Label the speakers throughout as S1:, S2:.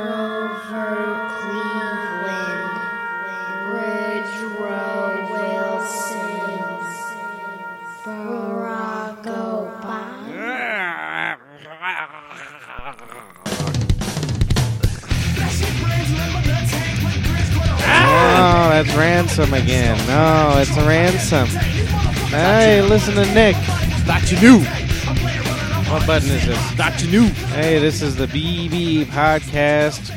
S1: Grover Cleveland, Woodrow Wilson, Barack Obama.
S2: Oh, that's ransom again. No, it's a ransom. Hey, listen to Nick.
S3: That's new.
S2: What button is this?
S3: That's new.
S2: Hey, this is the BB podcast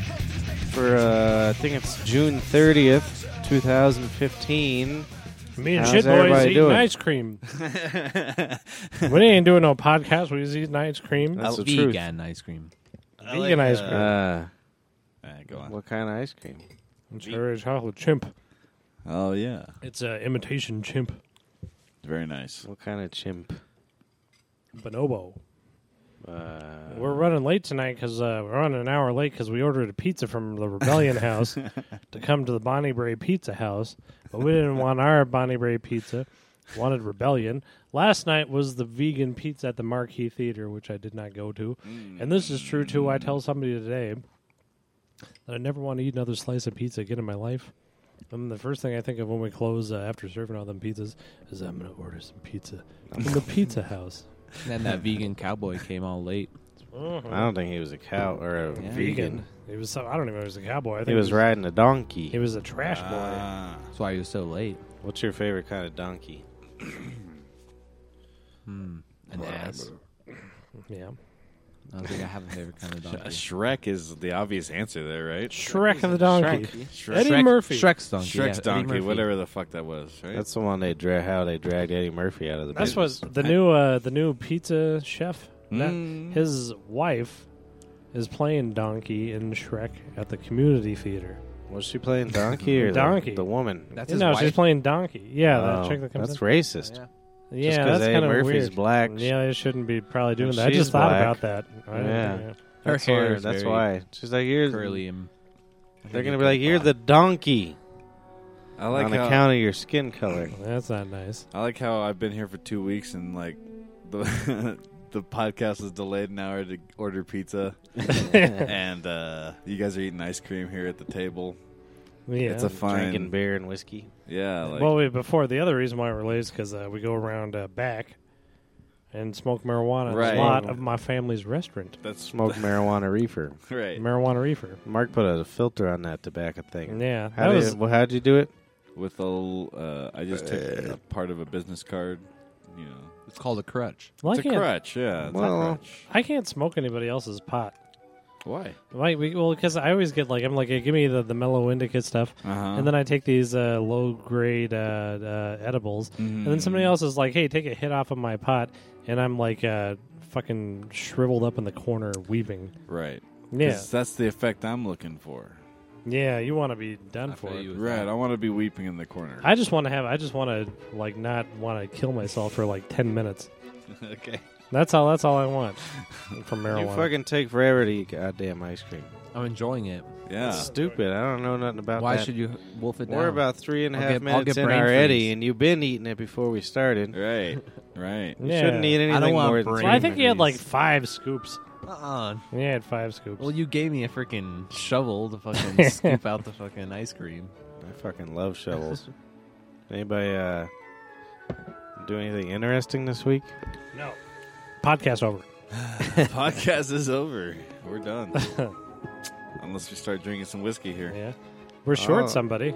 S2: for uh, I think it's June 30th, 2015.
S4: Me and
S2: How's
S4: shit boys
S2: everybody
S4: eating
S2: doing?
S4: ice cream. we ain't doing no podcast. We was eating ice cream.
S2: That's the truth.
S3: vegan ice cream.
S4: Vegan ice cream.
S2: Uh,
S3: Alright, go on.
S2: what kind of ice cream?
S4: it's very chocolate chimp.
S3: Oh yeah,
S4: It's an imitation chimp
S3: very nice.
S2: What kind of chimp?
S4: bonobo.
S2: Uh,
S4: We're running late tonight because uh, we're on an hour late because we ordered a pizza from the Rebellion House to come to the Bonnie Bray Pizza House, but we didn't want our Bonnie Bray pizza. Wanted Rebellion. Last night was the vegan pizza at the Marquee Theater, which I did not go to, and this is true too. I tell somebody today that I never want to eat another slice of pizza again in my life. And the first thing I think of when we close uh, after serving all them pizzas is I'm going to order some pizza from the Pizza House.
S5: then that vegan cowboy came all late.
S2: I don't think he was a cow or a
S5: Yeah.
S2: vegan.
S4: It was some, I don't even know if it was a cowboy. I think
S2: He
S4: it
S2: was riding a
S4: He
S2: donkey.
S4: was a trash boy.
S3: Ah,
S5: That's why he was so late.
S2: What's your favorite kind of donkey?
S5: An ass.
S4: yeah.
S5: I don't think I have a favorite kind of donkey.
S3: Shrek is the obvious answer there, right?
S4: Shrek of the donkey.
S3: Shrek.
S4: Eddie
S5: Shrek-
S4: Murphy.
S5: Shrek's donkey. yeah,
S3: Shrek's
S5: Eddie
S3: donkey,
S5: Murphy.
S3: whatever the fuck that was, right?
S2: That's the one they dra- how they dragged Eddie Murphy out of the
S4: That's
S2: business.
S4: what the new uh, the new pizza chef. that-
S3: Mm.
S4: his wife is playing donkey in Shrek at the community theater.
S2: was she playing donkey or the-
S4: Donkey.
S2: The woman.
S5: That's
S4: No,
S5: his
S4: she's
S5: wife.
S4: playing donkey. Yeah,
S2: Oh,
S4: that chick that comes
S2: that's
S4: in.
S2: racist.
S5: Yeah.
S4: Yeah,
S2: Just 'cause
S4: that's
S2: Eddie
S4: kind of
S2: Murphy's
S4: weird.
S2: black.
S4: Yeah, they shouldn't be probably doing
S2: And
S4: that. I
S2: she's
S4: just thought
S2: black.
S4: about that. I didn't-
S2: Yeah.
S5: Her
S2: That's
S5: hair
S2: why-
S5: is
S2: That's
S5: very
S2: why. She's like, you're.
S5: Curly and
S2: They're gonna be like, you're the donkey
S3: I like
S2: on
S3: how
S2: account of your skin color.
S4: That's not nice.
S3: I like how I've been here for two weeks and like the the podcast is delayed an hour to order pizza, and uh, you guys are eating ice cream here at the table.
S4: Yeah.
S3: It's a fine,
S2: Drinking beer and whiskey.
S3: yeah. Like,
S4: well, wait, before the other reason why we're late is because uh, we go around uh, back and smoke marijuana
S3: Right.
S4: in a lot of my family's restaurant.
S3: that's
S2: Smoke marijuana reefer.
S3: right.
S4: Marijuana reefer.
S2: Mark put a filter on that tobacco thing.
S4: Yeah,
S2: How
S4: that
S2: did,
S4: was
S2: well, how'd you do it?
S3: With a, l- uh, I just took a part of a business card. You know,
S5: It's called a crutch.
S4: well, I
S3: it's a
S4: can't.
S3: crutch. Yeah, it's
S2: Well-
S3: a crutch.
S4: I can't smoke anybody else's pot.
S3: Why?
S4: Like, we, well, because I always get like I'm like, hey, give me the the mellow indica stuff,
S3: Uh-huh.
S4: and then I take these uh, low grade uh, uh, edibles, and then
S3: Mm.
S4: somebody
S3: Mm-hmm.
S4: else is like, hey, take a hit off of my pot, and I'm like, uh, fucking shriveled up in the corner weeping.
S3: Right.
S4: Yeah,
S3: 'Cause That's the effect I'm looking for.
S4: yeah, you want to be done
S5: I
S4: for.
S5: feel
S4: it.
S5: you with
S3: Right.
S5: that.
S3: I want to be weeping in the corner.
S4: I just want to have. I just want to like not want to kill myself for like ten minutes.
S3: okay.
S4: That's all. That's all I want from
S2: You
S4: marijuana.
S2: fucking take forever to eat goddamn ice cream.
S5: I'm enjoying it.
S3: Yeah.
S2: Stupid. I don't know nothing about
S5: why
S2: that.
S5: should you wolf it down?
S2: We're about three and a
S5: I'll
S2: half
S5: get- I'll
S2: minutes
S5: get
S2: in
S5: brain
S2: already,
S5: freeze.
S2: and you've been eating it before we started.
S3: Right. Right.
S2: You shouldn't eat anything
S5: I don't want
S2: more than
S5: brain
S4: Well, I think
S2: three
S4: he had like
S2: minutes.
S4: five scoops.
S5: Uh-uh.
S4: Yeah, he had five scoops.
S5: Well, you gave me a freaking shovel to fucking scoop out the fucking ice cream.
S2: I fucking love shovels. Anybody uh, do anything interesting this week?
S4: no. Podcast over.
S3: Podcast is over. We're done. Unless we start drinking some whiskey here.
S4: Yeah. We're short
S2: Oh.
S4: somebody.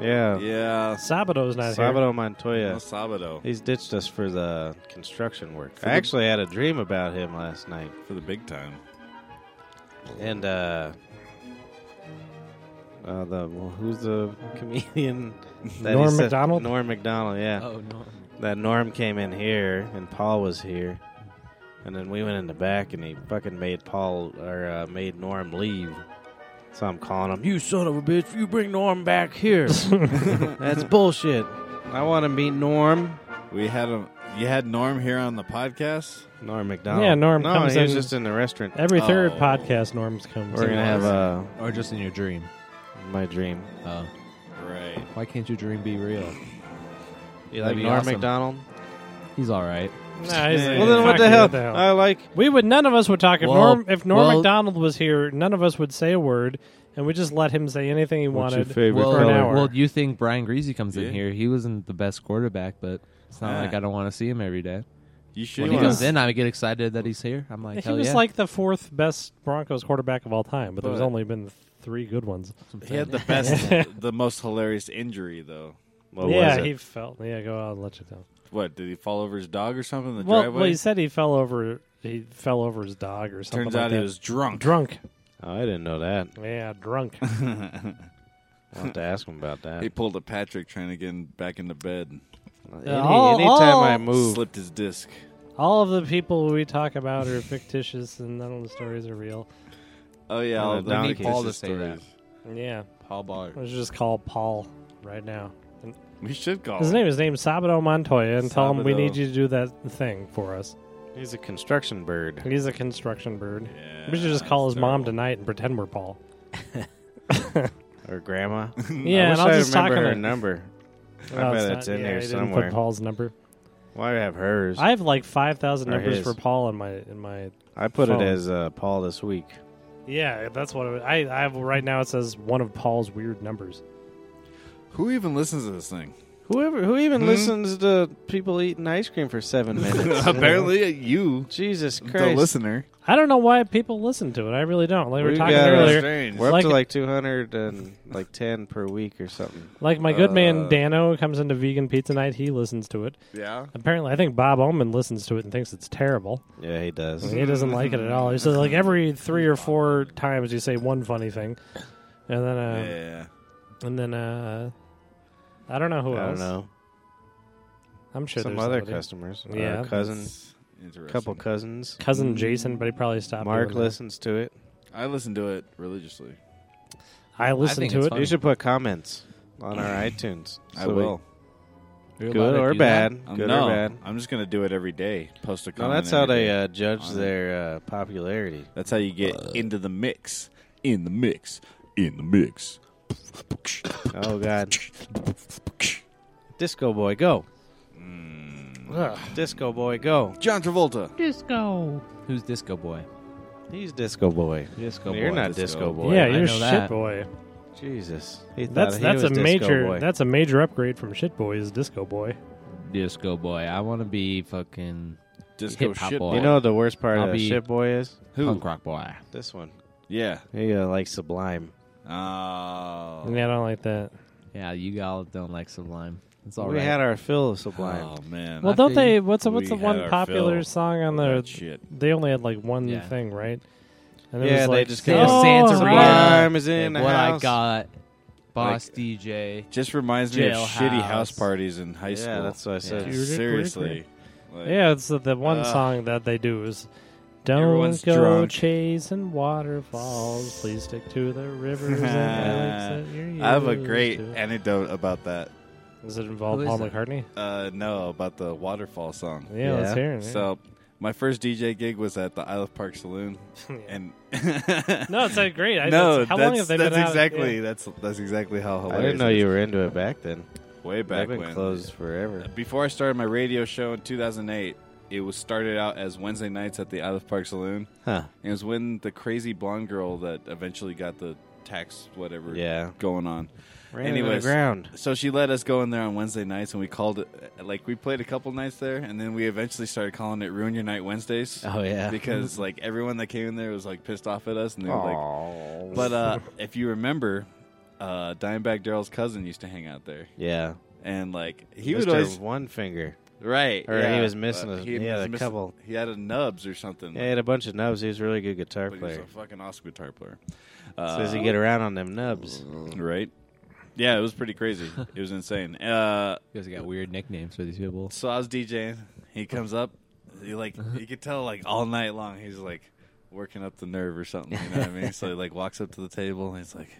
S2: Yeah.
S3: Yeah.
S4: Sabado's not
S2: Salvador Montoya.
S3: El Sabado
S2: He's ditched us for the construction work. I actually had a dream about him last night,
S3: for the big time.
S2: and uh, uh the well, who's the comedian? he
S4: Norm
S2: said-
S4: Macdonald?
S2: Norm Macdonald, yeah.
S5: Oh no.
S2: That Norm came in here, and Paul was here, and then we went in the back, and he fucking made Paul or uh, made Norm leave. So I'm calling him, "You son of a bitch! You bring Norm back here? That's bullshit. I want to meet Norm."
S3: We had a you had Norm here on the podcast.
S2: Norm McDonald.
S4: Yeah, Norm
S2: No,
S4: comes
S2: he was
S4: in-
S2: just in the restaurant.
S4: here. Every third
S3: Oh.
S4: podcast, Norms comes.
S2: We're gonna have uh,
S5: Or just in your dream.
S2: my dream.
S5: Oh.
S3: Right.
S5: Why can't your dream be real?
S2: You
S5: That'd
S2: like
S5: be
S2: Norm
S5: awesome.
S2: McDonald?
S5: He's all right.
S4: Nah, he's
S3: Well,
S2: Well, then what
S4: exactly
S2: the hell? Uh,
S4: What the hell?
S2: I like.
S4: we would none of us would talk if
S5: Well,
S4: Norm if Norm
S5: well-
S4: Macdonald was here. None of us would say a word, and we just let him say anything he
S2: What's your
S4: wanted.
S2: favorite
S5: well,
S4: for an
S2: color?
S4: hour.
S5: well, you think Brian Greasy comes
S3: Yeah.
S5: in here? He wasn't the best quarterback, but it's not
S3: Ah.
S5: like I don't want to see him every day.
S3: You should.
S5: When
S4: He
S5: he
S4: was-
S5: comes in, I get excited that he's here. I'm like,
S4: he
S5: hell
S4: was
S5: yeah.
S4: like the fourth best Broncos quarterback of all time, but, there's
S3: But-
S4: only been three good ones.
S3: He had the best, the most hilarious injury though. Oh,
S2: What
S4: yeah,
S2: was it?
S4: he fell. Yeah, go out and let you down.
S3: What did he fall over his dog or something in the
S4: Well,
S3: driveway?
S4: well, he said he fell over. He fell over his dog or something.
S3: Turns
S4: like
S3: out
S4: that.
S3: he was drunk.
S4: drunk.
S2: Oh, I didn't know that.
S4: Yeah, drunk.
S2: I'll have to ask him about that.
S3: He pulled a Patrick trying to get him back into bed.
S2: Any,
S4: all-
S2: anytime
S4: all-
S2: I move,
S3: Slipped his disc.
S4: All of the people we talk about are fictitious, and none of the stories are real.
S3: Oh yeah,
S2: And
S3: all
S2: a
S3: the
S2: donkey.
S3: Paul
S5: Paul to say that.
S4: Yeah,
S5: Paul Ballard.
S4: let's just call Paul right now.
S3: We should call
S4: His
S3: him.
S4: name is named Sabado Montoya, and tell him we
S3: Sabado.
S4: need you to do that thing for us.
S2: he's a construction bird.
S4: He's a construction bird.
S3: Yeah,
S4: we should just call his
S3: that's
S4: mom
S3: terrible.
S4: tonight and pretend we're Paul.
S2: Or grandma. I
S4: yeah,
S2: wish
S4: and I'll
S2: I
S4: just talk
S2: remember
S4: on
S2: her
S4: it.
S2: number.
S4: No,
S2: I bet
S4: not-
S2: it's in
S4: yeah,
S2: there
S4: he didn't
S2: somewhere.
S4: Put Paul's number.
S2: Why do I have hers?
S4: I have like five thousand
S2: Or
S4: numbers
S2: his.
S4: for Paul in my in my.
S2: I put
S4: phone.
S2: it as uh, Paul this week.
S4: Yeah, that's what it, I I have right now. It says one of Paul's weird numbers.
S3: Who even listens to this thing?
S2: Whoever who even
S3: Hmm?
S2: listens to people eating ice cream for seven minutes?
S3: Apparently, you,
S2: Jesus
S3: the
S2: Christ!
S3: listener.
S4: I don't know why people listen to it. I really don't. Like we were
S2: We've
S4: talking
S2: got, uh,
S4: earlier,
S3: Strange.
S2: We're up
S4: Like
S2: to
S4: it-
S2: like two hundred and like ten per week or something.
S4: Like my good man
S3: Uh,
S4: Dano comes into vegan pizza night, he listens to it.
S3: Yeah.
S4: Apparently, I think Bob Ullman listens to it and thinks it's terrible.
S2: Yeah, he does.
S4: He doesn't like it at all. He says like every three or four times you say one funny thing, and then
S2: Um,
S4: uh,
S3: yeah.
S4: and then uh, I don't know who
S2: I don't
S4: else.
S2: know.
S4: I'm sure
S2: Some
S4: there's
S2: other
S4: somebody.
S2: customers.
S4: Yeah.
S2: Yeah, cousin,
S3: That's Interesting.
S2: couple cousins.
S4: cousin Jason, but he probably stopped.
S2: Mark
S4: doing that.
S2: listens to it.
S3: I listen to it religiously.
S4: I listen
S5: think
S4: to
S5: it's
S4: it.
S5: funny.
S2: You should put comments on our iTunes.
S3: I
S2: So we-
S3: will.
S5: You're allowed
S2: Good
S5: to
S2: or
S5: do that?
S2: bad.
S3: Um,
S2: Good
S3: no,
S2: or bad.
S3: I'm just gonna do it every day. Post a
S2: No,
S3: comment.
S2: that's how
S3: every
S2: they
S3: day.
S2: uh, judge
S3: on it.
S2: their uh, popularity.
S3: That's how you get into the mix. In the mix. In the mix.
S2: Oh God. Disco boy, go. Mm. Disco boy, go.
S3: Mm. John Travolta.
S5: Who's Disco Boy?
S2: He's disco boy.
S5: Disco
S2: You're
S5: Boy.
S2: not
S3: Disco
S2: disco
S3: Boy.
S2: boy.
S4: yeah,
S5: I
S4: you're
S5: know
S4: shit
S5: that.
S4: boy.
S2: Jesus. He thought
S4: That's
S2: he
S4: that's a
S2: was Disco
S4: major
S2: Boy.
S4: that's a major upgrade from shit boy is disco boy.
S5: Disco Boy. I want to be fucking
S3: Disco
S5: Hip-hop
S3: shit.
S5: boy.
S2: you know what the worst part
S5: I'll
S2: of
S5: be-
S2: shit boy is
S5: punk rock boy.
S2: this one.
S3: Yeah.
S2: He uh, likes Sublime.
S3: Oh.
S4: Yeah, I don't like that.
S5: Yeah, you all don't like Sublime. It's all right.
S2: we had our fill of Sublime.
S3: Oh man.
S4: Well,
S5: I
S4: don't they?
S5: think
S4: What's the, what's the
S3: we had
S4: one
S3: our
S4: popular
S3: fill
S4: song on
S3: That
S4: the?
S3: shit.
S4: They only had like one
S5: Yeah.
S4: thing, right? And
S2: yeah, they just go,
S4: Oh,
S5: Santa- Santa
S4: Rita."
S2: Sublime is in
S5: And
S2: the
S5: what I
S2: house."
S5: got, Boss
S3: Like-
S5: DJ.
S3: Just reminds me of
S5: Jailhouse.
S3: shitty house parties in high
S2: Yeah,
S3: school.
S2: that's what I said.
S5: Yeah.
S3: Seriously. Like,
S4: Yeah, it's the, the one
S3: Ugh.
S4: song that they do is. Don't
S3: Everyone's
S4: go
S3: drunk."
S4: chasing waterfalls. Please stick to the rivers and lakes that you're
S3: I have a
S4: used
S3: great
S4: to."
S3: anecdote about that.
S4: Does it involve
S5: Who is
S4: Paul
S5: that?
S4: McCartney?
S3: Uh, no, about the waterfall song.
S4: Yeah, let's
S5: Yeah.
S4: hear it. yeah.
S3: So, my first DJ gig was at the Isle of Park Saloon, and
S4: no, it's uh, great. I,
S3: no,
S4: that's, how
S3: that's,
S4: long have they
S3: that's
S4: been out?
S3: exactly
S4: Yeah.
S3: that's that's exactly how
S2: I
S3: hilarious.
S2: didn't know
S3: it
S2: you were into it back then.
S3: is. way back
S2: They've been
S3: when.
S2: closed forever.
S3: Before I started my radio show in 2008, it was started out as Wednesday nights at the Isle of Park Saloon.
S2: Huh.
S3: It was when the crazy blonde girl that eventually got the tax whatever
S2: Yeah.
S3: going on.
S2: Ran into
S3: Anyways.
S2: the ground.
S3: So she let us go in there on Wednesday nights, and we called it like we played a couple nights there, and then we eventually started calling it Ruin Your Night Wednesdays
S2: Oh yeah.
S3: because like everyone that came in there was like pissed off at us, and they were like. But uh, if you remember, uh, Dimebag Daryl's cousin used to hang out there,
S2: yeah,
S3: and like he
S2: Mr.
S3: would always
S2: one finger.
S3: right,
S2: or he
S3: yeah,
S2: was missing
S3: but
S2: a- he had
S3: was
S2: a couple.
S3: He had a nubs or something.
S2: Yeah, he had a bunch of nubs. He was a really good guitar
S3: but he was
S2: player.
S3: a fucking awesome guitar player. Um,
S2: so as he get around on them nubs,
S3: Right. Yeah, it was pretty crazy. it was insane. Uh,
S5: You guys got weird nicknames for these people.
S3: so I was DJing. He comes up. He like you could tell like all night long he's like working up the nerve or something. You know what I mean? So he like walks up to the table and he's like,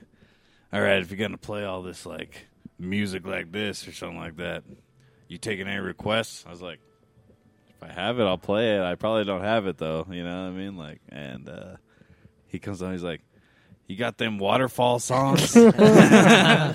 S3: "All right, if you're gonna play all this like music like this or something like that, you taking any requests?" I was like, "If I have it, I'll play it. I probably don't have it though. You know what I mean? Like, and uh, he comes on. He's like." You got them waterfall songs?
S4: Yeah.
S3: I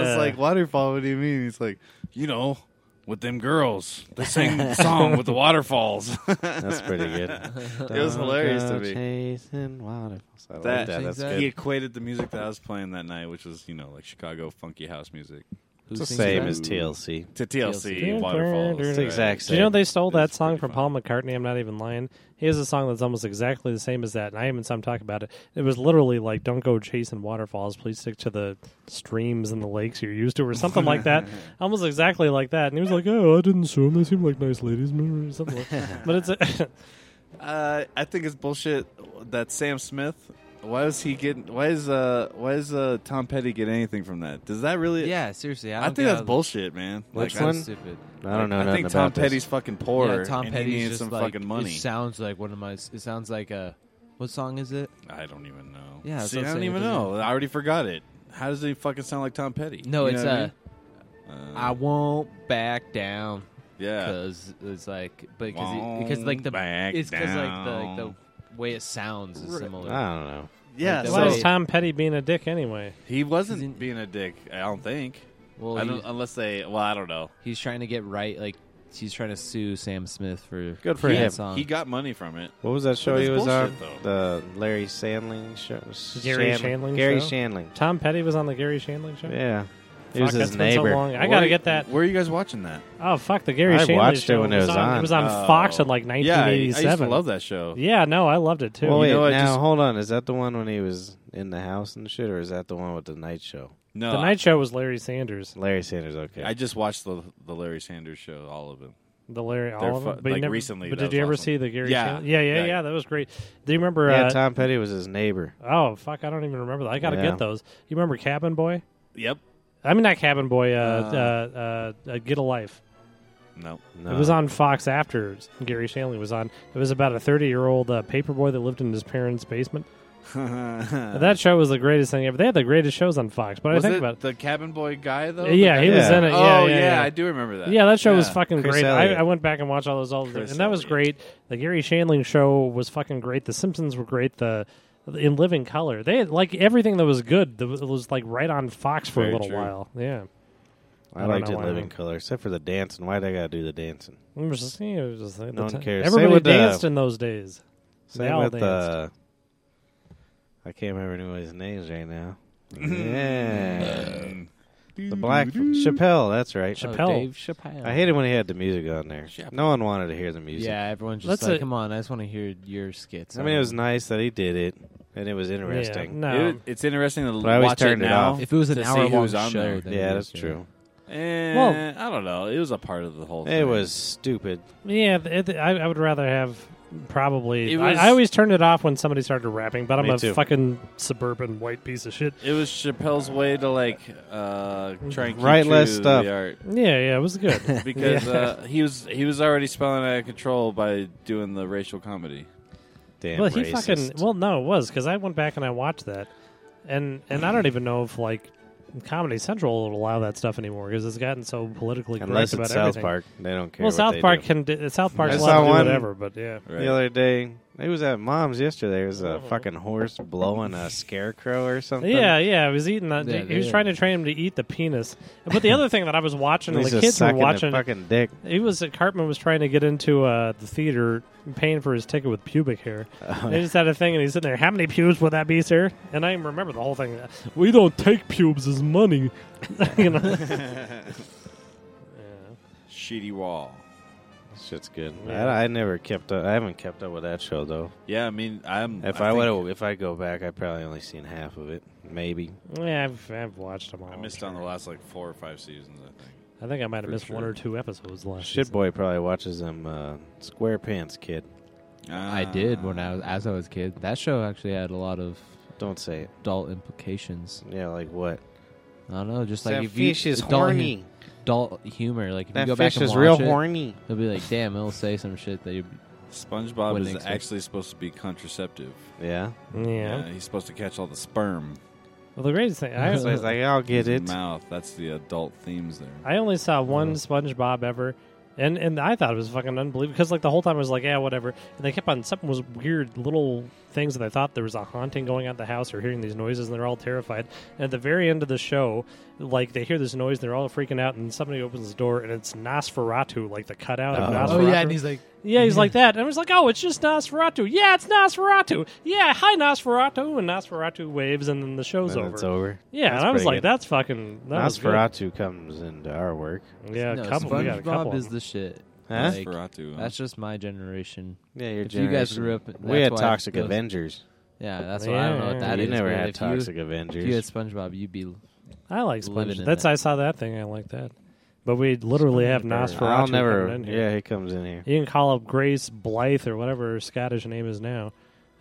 S3: was like, waterfall, what do you mean? He's like, you know, with them girls. They sang the song with the waterfalls.
S2: Oh, That's pretty good. it
S3: was hilarious to me.
S2: Chasing waterfalls. I like
S3: That-
S2: that. That's
S5: Exactly.
S3: he
S2: good.
S3: equated the music that I was playing that night, which was you know like Chicago funky house music,
S2: It's the same as TLC.
S3: to TLC,
S4: TLC.
S3: waterfalls.
S4: It's
S2: It's the exact
S4: Do
S2: same.
S4: you know they stole that
S3: It's
S4: song
S3: pretty
S4: from
S3: fun.
S4: Paul McCartney? I'm not even lying. He has a song that's almost exactly the same as that, and I even saw him talk about it. It was literally like, "Don't go chasing waterfalls. Please stick to the streams and the lakes you're used to," or something like that. Almost exactly like that. And he was like, "Oh, I didn't sue them. They seemed like nice ladies, or something." Like but it's a,
S3: Uh, I think it's bullshit that Sam Smith. Why is he getting? Why is uh? Why is uh? Tom Petty get anything from that? Does that really?
S5: Yeah, seriously. I,
S3: I
S5: don't
S3: think
S5: get
S3: that's
S5: how-
S3: bullshit, man.
S2: Which
S5: that's
S2: one?
S5: Stupid.
S2: I don't know
S3: I
S2: nothing
S3: think Tom
S2: about this.
S3: Petty's fucking poor.
S5: yeah, Tom
S3: and
S5: Petty's
S3: he needs
S5: just
S3: some
S5: like,
S3: fucking money.
S5: It sounds like one of my. It sounds like a. What song is it?
S3: I don't even know.
S5: Yeah, that's
S3: See,
S5: what I'm
S3: I don't
S5: saying,
S3: even
S5: it doesn't-
S3: know. I already forgot it. How does he fucking sound like Tom Petty?
S5: No,
S3: You
S5: it's
S3: know what I
S5: uh,
S3: mean?
S5: I won't back down
S3: yeah.
S5: because it's like because it, because like the
S3: Won't back
S5: it's because like the like,
S3: down.
S5: the way it sounds is
S2: I
S5: similar.
S2: don't know.
S3: Yeah,
S5: Like,
S4: why
S5: so-
S4: is Tom Petty being a dick anyway?
S3: he wasn't
S5: Isn't-
S3: being a dick. I don't think.
S5: well,
S3: I
S5: he-
S2: uh,
S3: don't, unless they. Well, I don't know.
S5: he's trying to get right. Like he's trying to sue Sam Smith for
S2: Good for
S5: that
S2: him.
S5: Song.
S3: He got money from it.
S2: What was that show
S3: That's
S2: he was on?
S3: bullshit,
S2: The Larry Sandling show.
S4: Gary
S2: Shan-
S4: Shandling
S2: Gary
S4: show?
S2: Shandling.
S4: Tom Petty was on the Gary Shandling show.
S2: Yeah, he
S4: Fuck,
S2: was his
S4: that's been so
S2: neighbor.
S4: long. I
S3: Where
S4: gotta
S3: you-
S4: get that.
S3: Where are you guys watching that?
S4: Oh fuck, the Gary
S2: I
S4: Shandling
S2: watched it
S4: show
S2: when it was
S4: It
S2: on.
S4: was on Fox in like
S3: Oh. Yeah, I- I, used
S4: 1987.
S3: to love that show.
S4: Yeah, no, I loved it too.
S2: well, wait,
S3: know, I
S2: now
S3: just-
S2: hold on. Is that the one when he was in the house and shit, or is that the one with the night show?
S3: No,
S4: the night show was Larry Sanders.
S2: Larry Sanders. Okay,
S3: I just watched the the Larry Sanders show, all of it.
S4: The Larry,
S3: They're
S4: all of
S3: fu-
S4: them. But you
S3: like,
S4: never-
S3: recently,
S4: But
S3: that
S4: did
S3: was
S4: you ever
S3: awesome.
S4: see the Gary?
S3: Yeah.
S4: Shan- yeah, yeah, yeah,
S3: Yeah.
S4: That was great. Do you remember?
S2: yeah.
S4: uh,
S2: Tom Petty was his neighbor.
S4: oh fuck, I don't even remember that. I gotta
S2: Yeah.
S4: get those. You remember Cabin Boy?
S3: Yep.
S4: I mean, not Cabin Boy. Uh, uh,
S3: Uh.
S4: uh, uh, Get a Life.
S3: No.
S2: No.
S4: It was on Fox after Gary Shanley was on. It was about a thirty-year-old uh, paper boy that lived in his parents' basement.
S3: that
S4: That show was the greatest thing ever. They had the greatest shows on Fox. But
S3: was
S4: I think
S3: it
S4: about.
S3: the cabin boy guy though.
S4: Yeah,
S3: The
S4: he
S2: guy-
S4: was
S2: Yeah.
S4: in
S3: guy-
S4: it. Yeah,
S3: oh
S4: yeah, yeah.
S3: I do remember that.
S4: Yeah, that show was
S3: Yeah.
S4: fucking
S2: Chris
S4: great. I,
S2: Elliott.
S4: I went back and watched all those all, the,
S3: Chris
S4: and that was
S3: Elliott.
S4: great. The Gary Shandling show was fucking great. The Simpsons were great. The in Living Color, they had, like everything that was good. That was, was like right on Fox for a
S3: Very
S4: little
S3: true.
S4: while. Yeah,
S2: I
S4: I don't
S2: liked
S4: know
S2: it
S4: why
S2: living
S4: not.
S2: color, except for the dancing. Why would I gotta do the dancing?
S4: It was just- yeah, it was just like
S2: No
S4: the
S2: one
S4: time-
S2: cares. Same
S4: Everybody
S2: with, uh,
S4: danced in those days. They
S2: Same
S4: all
S2: with
S4: danced.
S2: uh, I can't remember anybody's names right now. yeah, the black Chappelle. That's right.
S5: Oh,
S4: Chappelle.
S5: Dave Chappelle.
S2: I hated when he had the music on there. No one wanted to hear the music.
S5: Yeah, everyone's just
S4: That's
S5: like,
S4: a-
S5: come on, I just want to hear your skits.
S2: I mean, it was nice that he did it, and it was interesting.
S4: Yeah, no,
S3: It- it's interesting to
S2: I always
S3: watch it
S2: turned it
S3: now.
S2: off.
S5: Um, If it was an
S3: to see
S5: hour
S3: who
S5: long
S3: was on
S5: show,
S3: there.
S5: then
S2: yeah,
S5: it'd be
S2: that's
S5: okay.
S2: true.
S3: Eh,
S4: Well-
S3: I don't know. It was a part of the whole.
S2: It was stupid.
S4: yeah. th- th- I, I would rather have probably.
S3: It
S4: I-
S3: was-
S4: I, always turned it off when somebody started rapping, but I'm
S2: Me
S4: a
S2: too.
S4: fucking suburban white piece of shit.
S3: It was Chappelle's way to like uh, try and keep
S2: Write
S3: true
S2: less
S3: to
S2: stuff.
S3: the art.
S4: Yeah, yeah, it was good.
S3: because
S4: Yeah.
S3: uh, he was he was already spelling out of control by doing the racial comedy.
S2: Damn
S4: well,
S2: racist.
S4: he fucking well, no, it was because I went back and I watched that, and and I don't even know if like Comedy Central will allow that stuff anymore because it's gotten so politically correct
S2: Unless
S4: about
S2: it's South
S4: everything.
S2: Park, they don't care.
S4: well,
S2: what
S4: South
S2: they
S4: Park
S2: do.
S4: can do, South Park's
S2: I
S4: allowed
S2: saw
S4: to do
S2: one-
S4: whatever, but yeah,
S3: Right.
S2: The other day, it was at mom's yesterday. There was a
S4: Mhm.
S2: fucking horse blowing a scarecrow or something.
S4: yeah, yeah. He was eating that.
S5: Yeah,
S4: he was
S5: yeah.
S4: trying to train him to eat the penis. But the other thing that I was watching,
S2: and
S4: and
S2: he's
S4: the
S2: just
S4: kids were
S2: sucking
S4: watching.
S2: the fucking dick.
S4: He was Cartman was trying to get into uh, the theater, paying for his ticket with pubic hair. they just had a thing, and he's sitting there. How many pubes would that be, sir? And I remember the whole thing. We don't take pubes as money. you know.
S3: Shitty wall.
S2: Shit's good.
S4: Yeah.
S2: I, I never kept up. I haven't kept up with that show though.
S3: Yeah, I mean, I'm.
S2: If I,
S3: think
S2: would have, if I go back, I probably only seen half of it, maybe.
S4: Yeah, I've, I've watched them all.
S3: I missed on the last like four or five seasons. I think.
S4: I think I might have
S3: for
S4: missed one
S3: sure.
S4: or two episodes last.
S2: Shit
S4: season.
S2: boy probably watches them. Uh, Squarepants kid.
S5: I did
S3: Ah,
S5: when I was as I was a kid. That show actually had a lot of
S2: Don't say it.
S5: adult implications.
S2: Yeah, like what?
S5: I don't know, just like
S2: that
S5: if you,
S2: fish is
S5: adult hu-
S2: horny.
S5: adult humor. Like if you
S2: That
S5: go
S2: fish
S5: back and
S2: is
S5: watch
S2: real
S5: it,
S2: horny.
S5: they'll be like, damn, it'll say some shit that you.
S3: SpongeBob
S5: Wouldn't
S3: is
S5: expect-
S3: actually supposed to be contraceptive.
S2: Yeah.
S4: Yeah.
S3: he's supposed to catch all the sperm
S4: Well, the greatest thing I
S2: So he's like, I'll
S3: in
S2: get it.
S3: his mouth. That's the adult themes there.
S4: I only
S2: Uh-huh.
S4: saw one SpongeBob ever, and and I thought it was fucking unbelievable because like the whole time I was like, yeah, whatever. And they kept on something was weird little things that they thought there was a haunting going on at the house or hearing these noises and they're all terrified. And at the very end of the show, like they hear this noise and they're all freaking out and somebody opens the door and it's Nosferatu, like the cutout of Nosferatu.
S5: Oh yeah, and he's like,
S4: Yeah, he's like that. And I was like, oh, it's just Nosferatu. Yeah, it's Nosferatu. Yeah, hi, Nosferatu. And Nosferatu waves, and then the show's
S2: Then
S4: over.
S2: it's over.
S4: Yeah, and I was
S2: pretty
S4: like,
S2: good.
S4: that's fucking. That was good.
S2: Nosferatu comes into our work.
S4: Yeah, a
S5: no,
S4: couple. We got a couple.
S5: SpongeBob
S4: of
S5: is
S4: them.
S5: the shit.
S2: Huh?
S5: Like,
S3: Nosferatu, huh?
S5: that's just my generation.
S2: Yeah, your
S5: If you guys
S2: generation-
S5: grew up, that's
S2: we had
S5: why
S2: Toxic
S5: those-
S2: Avengers.
S5: Yeah, that's why I don't know what
S4: Yeah.
S5: that
S2: you
S5: is.
S2: never
S5: but
S2: had
S5: if
S2: Toxic
S5: You,
S2: Avengers.
S5: if you had SpongeBob, you'd be.
S4: I like
S5: living
S4: SpongeBob.
S5: in
S4: That's
S5: it.
S4: I saw that thing. I like that. But we literally have Nosferatu
S2: I'll never.
S4: coming in here.
S2: Yeah, he comes in here.
S4: You can call up Grace Blythe or whatever her Scottish name is now.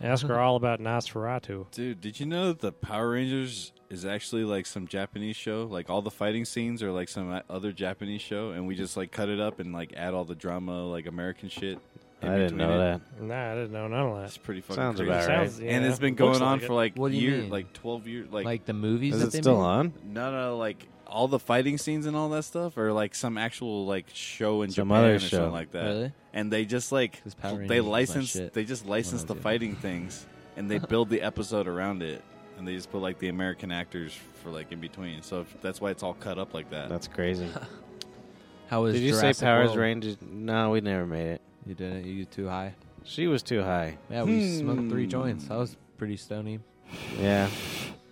S4: Ask her all about Nosferatu.
S3: Dude, did you know that the Power Rangers is actually like some Japanese show? Like all the fighting scenes are like some o- other Japanese show, and we just like cut it up and like add all the drama, like American shit. in
S2: I didn't
S3: between
S2: know
S3: it.
S2: that.
S4: Nah, I didn't know none of
S3: It's pretty fucking
S2: Sounds
S3: crazy.
S2: about
S4: that.
S2: Alright.
S4: Sounds,
S3: And
S4: yeah,
S3: it's been
S4: looks
S3: going on
S4: like it.
S3: for like
S5: What do you
S3: year,
S5: mean?
S3: like twelve years. Like,
S5: Like, the movies.
S2: Is
S5: that
S2: it
S5: they
S2: still
S5: made?
S2: on?
S3: no, no, like all the fighting scenes and all that stuff, or like some actual like show in
S2: Some
S3: Japan
S2: other
S3: or
S2: show.
S3: something like that.
S5: Really?
S3: And they just like
S5: 'Cause Power Rangers
S3: they
S5: was my
S3: license
S5: shit
S3: they just license
S5: was
S3: the
S5: young.
S3: fighting things, and they build the episode around it, and they just put like the American actors for like in between. So if, that's why it's all cut up like that.
S2: That's crazy.
S5: How was
S2: Did you
S5: Jurassic
S2: say Powers
S5: World?
S2: Rangers? No, we never made it.
S5: You didn't. You too high.
S2: She was too high.
S5: Yeah, we smoked
S2: Hmm.
S5: three joints. I was pretty stony.
S2: Yeah,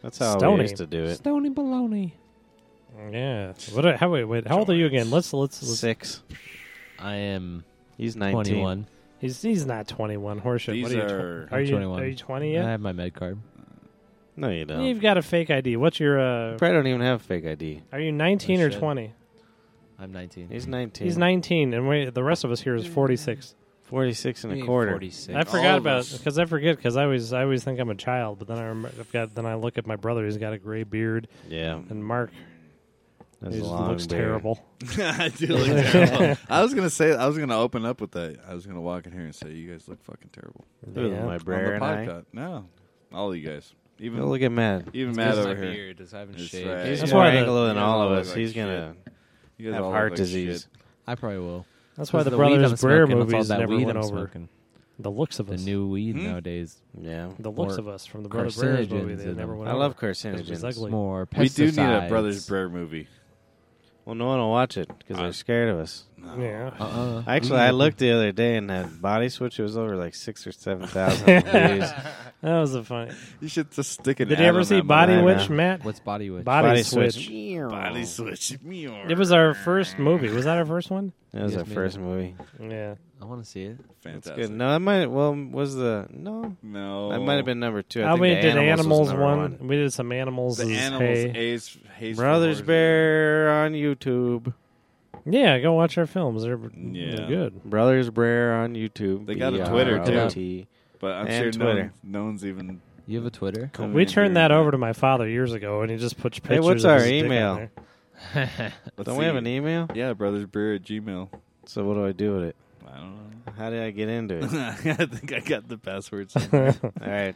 S2: that's how we
S4: Stony.
S2: used to do it.
S5: Stony baloney.
S4: Yeah. What? How, wait, wait. How old are you again? Let's let's. let's
S2: Six.
S5: I am
S2: He's nineteen.
S5: 21.
S4: he's he's not twenty one. Horseshit.
S3: These
S4: what are,
S3: are-
S4: you? Tw- are
S5: I'm
S4: you
S5: 21.
S4: are you twenty
S5: I
S4: yet?
S5: have my med card.
S2: No, you don't.
S4: You've got a fake ID. What's your? uh
S2: Probably don't even have fake ID.
S4: Are you nineteen or
S5: shit.
S4: twenty?
S5: I'm 19.
S2: He's nineteen.
S4: He's nineteen, and we, the rest of us here is forty six.
S2: Forty-six and
S5: Me,
S2: a quarter.
S5: 46.
S4: I
S3: All
S4: forgot
S3: of
S4: about
S3: us.
S4: because I forget because I always I always think I'm a child, but then I remember, I've got then I look at my brother. He's got a gray beard,
S2: Yeah,
S4: and Mark
S2: that's
S4: he
S2: a
S4: just
S2: long
S4: looks
S2: beard.
S4: terrible.
S3: I do look terrible. I was gonna say I was gonna open up with that. I was gonna walk in here and say you guys look fucking terrible
S2: Ooh,
S4: Yeah.
S2: My
S4: On
S2: brother and
S3: on the
S2: I.
S3: podcast. No, all you guys, even
S2: Don't look at Matt.
S3: even
S5: It's
S3: Matt
S5: 'cause
S3: over
S5: my
S3: here.
S5: beard is I haven't
S3: That's
S5: shaved.
S3: right.
S2: He's
S4: That's
S2: more
S4: why the-
S2: anglo than
S3: Yeah,
S2: all
S3: I
S2: of
S3: look
S2: us.
S3: like
S2: He's
S3: shit.
S2: gonna
S3: You guys
S2: have
S3: all look
S2: heart
S3: like
S2: disease.
S3: shit.
S5: I probably will.
S4: That's why the,
S5: weed I'm
S4: Brothers Brer
S5: smoking, it's all
S4: movies
S5: that
S4: never
S5: weed
S4: went
S5: I'm
S4: over
S5: smoking.
S4: the looks of
S5: The
S4: us.
S5: new weed
S3: Hmm?
S5: nowadays.
S2: Yeah.
S4: the looks
S5: or
S4: of us from the Brothers Brer's movie.
S5: carcinogens
S4: They
S5: in
S4: never
S5: them.
S4: went
S2: I
S4: over
S2: love
S4: 'cause it was
S2: carcinogens.
S4: ugly.
S5: More
S3: We do need a
S5: pesticides.
S3: Brothers Brer movie.
S2: Well, no one will watch it because they're
S3: Uh,
S2: scared of us.
S4: Yeah.
S5: Uh-uh.
S2: Actually, I looked the other day and that body switch it was over like six or seven thousand views.
S4: That was a funny.
S3: You should just stick it.
S4: Did you ever see Body
S2: I
S4: Witch,
S2: know.
S4: Matt?
S5: What's body witch?
S4: Body, Switch.
S3: Body switch.
S4: It was our first movie. Was that our first one?
S2: That was
S5: Yes,
S2: our
S5: maybe.
S2: first movie.
S4: Yeah.
S5: I want to see it.
S2: That's
S3: fantastic. Oh.
S2: good. No, that might well was the no.
S3: No,
S2: That might have been number two. I
S4: How
S2: think
S4: many
S2: the
S4: did
S2: animals,
S4: Animals
S2: was number
S4: one? We did some Animals.
S3: the
S4: as
S3: animals.
S4: hay.
S3: A's, Hayes for
S2: Brothers
S3: Horses.
S2: Bear on YouTube.
S4: Yeah, go watch our films. They're, they're
S3: Yeah.
S4: good.
S2: Brothers Bear on YouTube.
S3: They got a Twitter,
S5: too.
S2: too.
S3: But I'm
S2: And
S3: sure No,
S2: Twitter.
S3: one, no one's even.
S5: You have a Twitter?
S3: coming
S4: We
S3: in
S4: turned
S3: here.
S4: that over to my father years ago, and he just puts pictures.
S2: Hey, what's
S4: of
S2: our
S4: his dick on
S2: email?
S4: there.
S3: Let's
S2: Don't we have
S3: see.
S2: an email?
S3: Yeah, Brothers Bear at Gmail.
S2: So what do I do with it?
S3: I don't know.
S2: How did I get into it?
S3: I think I got the password. somewhere.
S2: All right.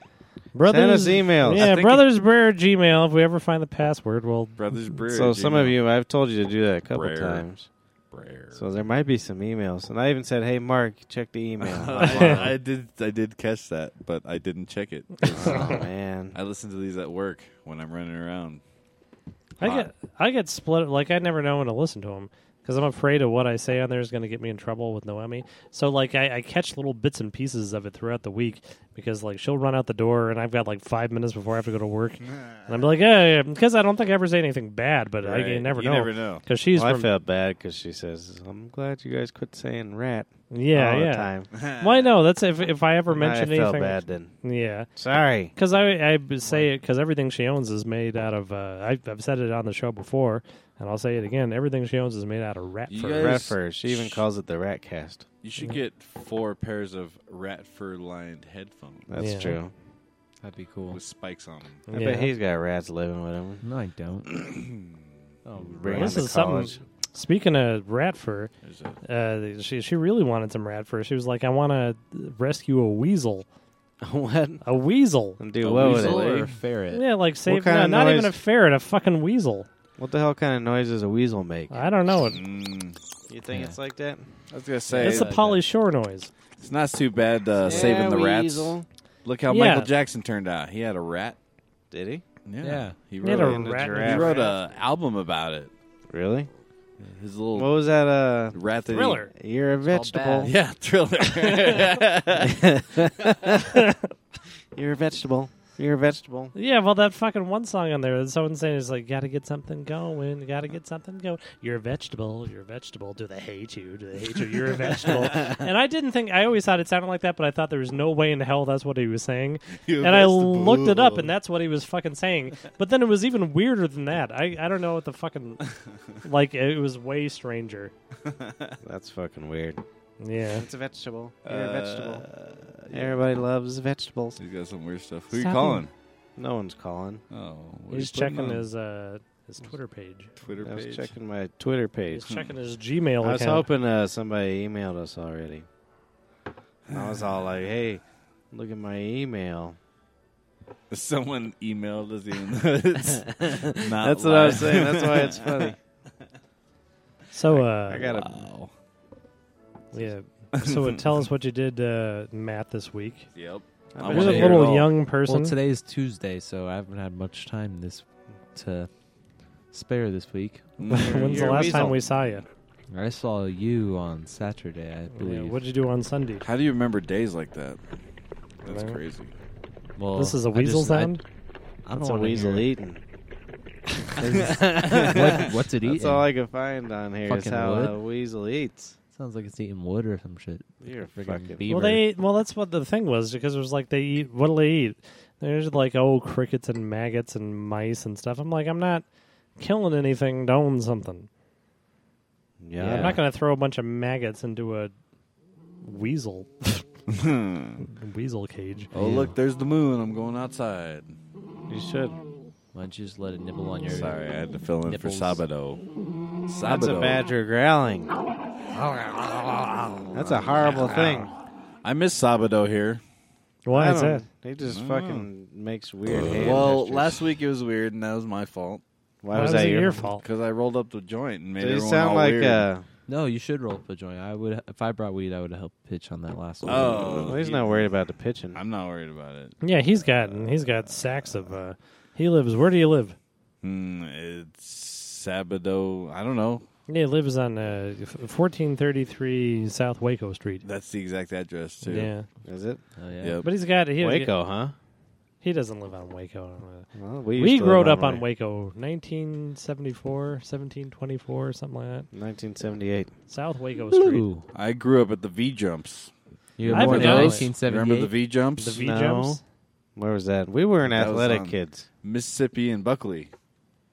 S4: Brothers,
S2: Send us emails.
S4: Yeah,
S3: I think-
S4: brothers Brer Gmail. If we ever find the password, we'll
S3: Brothers Bear.
S2: So
S3: at
S2: some of
S3: Gmail.
S2: you, I've told you to do that a couple
S3: Rare.
S2: times.
S3: Bear.
S2: So there might be some emails, and I even said, "Hey, Mark, check the email."
S3: I, I did. I did catch that, but I didn't check it.
S2: oh man,
S3: I listen to these at work when I'm running around. Uh,
S4: I
S2: Uh,
S3: Hot.
S4: get I get split like I never know when to listen to them because I'm afraid of what I say on there is going to get me in trouble with Noemi. So like I, I catch little bits and pieces of it throughout the week because like she'll run out the door and I've got like five minutes before I have to go to work and I'm like yeah because I don't think I ever say anything bad but I, you
S3: Right.
S4: never
S3: You
S4: know
S3: never know.
S4: because she's
S2: well, I
S4: from
S2: felt bad because she says, "I'm glad you guys quit saying rat
S4: yeah
S2: all
S4: yeah
S2: the time."
S4: well I know that's if if I ever
S2: Now
S4: mention
S2: I felt
S4: anything
S2: bad then.
S4: yeah
S2: Sorry.
S4: Because I, I b- say it because everything she owns is made out of. Uh, I've, I've said it on the show before, and I'll say it again. Everything she owns is made out of rat
S3: You
S4: fur.
S3: guys-
S2: Rat fur. She even calls it the rat cast.
S3: You should get four pairs of rat fur lined headphones
S2: That's
S4: Yeah.
S2: true.
S5: That'd be cool.
S3: with spikes on them.
S2: I
S4: Yeah.
S2: bet he's got rats living with him.
S5: No, I don't. oh,
S2: Bring
S4: This
S2: him to
S4: is something-
S2: college.
S4: Speaking of rat fur,
S3: There's a
S4: uh, she she really wanted some rat fur. She was like, "I want to rescue a weasel,
S2: what?
S4: a weasel."
S2: And do
S3: A
S2: what with
S3: weasel
S2: it?
S5: or
S3: Really?
S5: a ferret?
S4: Yeah, like save
S2: kind
S4: no,
S2: of
S4: not even a
S2: noise-
S4: ferret, a fucking weasel.
S2: What the hell kind of noise does a weasel make?
S4: I don't know. It,
S3: Mm,
S2: You think
S5: Yeah.
S2: it's like that?
S3: I was gonna say
S4: it's a
S3: that-
S4: Polly Shore noise.
S3: It's not too bad uh, saving the rats.
S2: weasel.
S3: Look how
S4: Yeah.
S3: Michael Jackson turned out. He had a rat.
S2: Did he?
S5: Yeah.
S3: He
S4: He had a
S3: wrote,
S2: And a
S4: rat. in
S3: he
S2: giraffe.
S4: his
S3: wrote
S4: mouth.
S3: a album about it.
S2: Really?
S3: His
S2: What
S3: little
S2: was that? Uh,
S3: rat that he-
S4: thriller.
S2: you're a
S5: It's all
S2: vegetable.
S3: yeah, thriller.
S2: You're a vegetable. You're a vegetable.
S4: Yeah, well, that fucking one song on there that someone's saying is like, "Gotta get something going, gotta get something going." You're a vegetable. You're a vegetable. Do they hate you? Do they hate you? You're a vegetable. and I didn't think. I always thought it sounded like that, but I thought there was no way in hell that's what he was saying.
S3: You're a
S4: and I
S3: vegetable.
S4: looked it up, and that's what he was fucking saying. But then it was even weirder than that. I I don't know what the fucking like. It was way stranger.
S2: That's fucking weird.
S4: Yeah.
S2: It's a vegetable. You're a vegetable. Everybody loves vegetables.
S3: Uh, He's got some weird stuff. Who
S4: Stop
S3: you calling?
S2: No one's calling.
S3: Oh, what are
S4: He's
S3: you putting
S4: checking
S3: on?
S4: his uh his Twitter page.
S3: Twitter
S2: I was
S3: page.
S2: checking my Twitter page.
S4: He's checking his Gmail
S2: Hmm. I was
S4: account.
S2: hoping uh, somebody emailed us already. And I was all like, "Hey, look at my email."
S3: Someone emailed us even though it's not
S2: That's what I was
S3: live.
S2: saying. That's why it's funny.
S4: So uh,
S2: I got a
S3: Wow.
S4: Yeah. So uh, tell us what you did, uh, Matt, this week.
S3: Yep.
S2: I
S3: I
S2: bet
S4: You're a
S3: wanna hear it
S4: little
S3: all.
S4: young
S5: Well,
S4: person.
S5: today's Tuesday, so I haven't had much time this to spare this week.
S3: Mm.
S4: When's
S2: You're
S4: the
S2: a
S4: last
S2: weasel.
S4: time we saw you?
S5: I saw you on Saturday, I
S4: Oh, Yeah,
S5: believe.
S4: what did you do on Sunday?
S3: How do you remember days like that? That's
S4: Right.
S3: crazy.
S5: well,
S4: this is a
S5: I
S4: weasel
S5: just- I-
S4: sound.
S5: I, don't
S2: It's a
S5: wanna
S2: weasel
S5: hear it.
S2: eating.
S5: what, what's it eating?
S2: That's all I could find on here is
S5: Fucking
S2: how
S5: wood.
S2: a weasel eats.
S5: Sounds like it's eating wood or some shit.
S2: You're a
S5: Friggin'
S2: fucking
S5: beaver.
S4: well, they well that's what the thing was because it was like they eat. What do they eat? There's like oh crickets and maggots and mice and stuff. I'm like I'm not killing anything to own something.
S2: Yeah,
S5: Yeah.
S4: I'm not going to throw a bunch of maggots into a weasel weasel cage.
S3: Oh
S5: Yeah.
S3: look, there's the moon. I'm going outside.
S2: you should.
S5: Why don't you just let it nibble on your?
S3: Sorry, I had to fill in
S5: Nipples.
S3: for Sabado. Sabado.
S2: That's a badger growling. That's a horrible thing.
S3: I miss Sabado here.
S4: Why
S2: I
S4: is
S2: don't-
S4: that?
S2: He just
S3: Mm.
S2: fucking makes weird hand
S3: Uh, well,
S2: gestures.
S3: last week it was weird, and that was my fault
S2: why,
S4: Why
S2: was that
S4: it
S2: your,
S4: your fault?
S3: because I rolled up the joint and made
S2: Did he
S3: everyone
S2: sound
S3: all
S2: like
S3: weird.
S2: uh?
S5: No, you should roll up a joint. I would if I brought weed, I would help pitch on that last one.
S3: Oh,
S2: Well, he's
S3: he-
S2: not worried about the pitching.
S3: I'm not worried about it.
S4: Yeah, he's got he's got sacks of. Uh, he lives. Where do you live?
S3: Hmm, it's Sabado. I don't know.
S4: Yeah, it lives on uh, f- 1433 South Waco Street.
S3: That's the exact address too.
S4: Yeah,
S2: Is it
S5: Oh, yeah.
S3: Yep.
S4: but he's got he,
S2: Waco? Huh?
S4: He doesn't live on Waco. I don't know.
S2: Well, we
S4: We
S2: used to
S4: growed
S2: live
S4: up on
S2: Wa-
S4: Waco, 1974, 1724, something like that.
S2: 1978.
S4: South Waco Street.
S5: Ooh.
S3: I grew up at the V jumps.
S5: You
S4: I
S5: were born in
S4: forgot.
S3: Remember the
S5: 1978.
S3: V jumps?
S4: The V
S2: No.
S4: jumps.
S2: Where was that? We were an
S3: That was
S2: athletic
S3: on-
S2: kids.
S3: Mississippi and Buckley.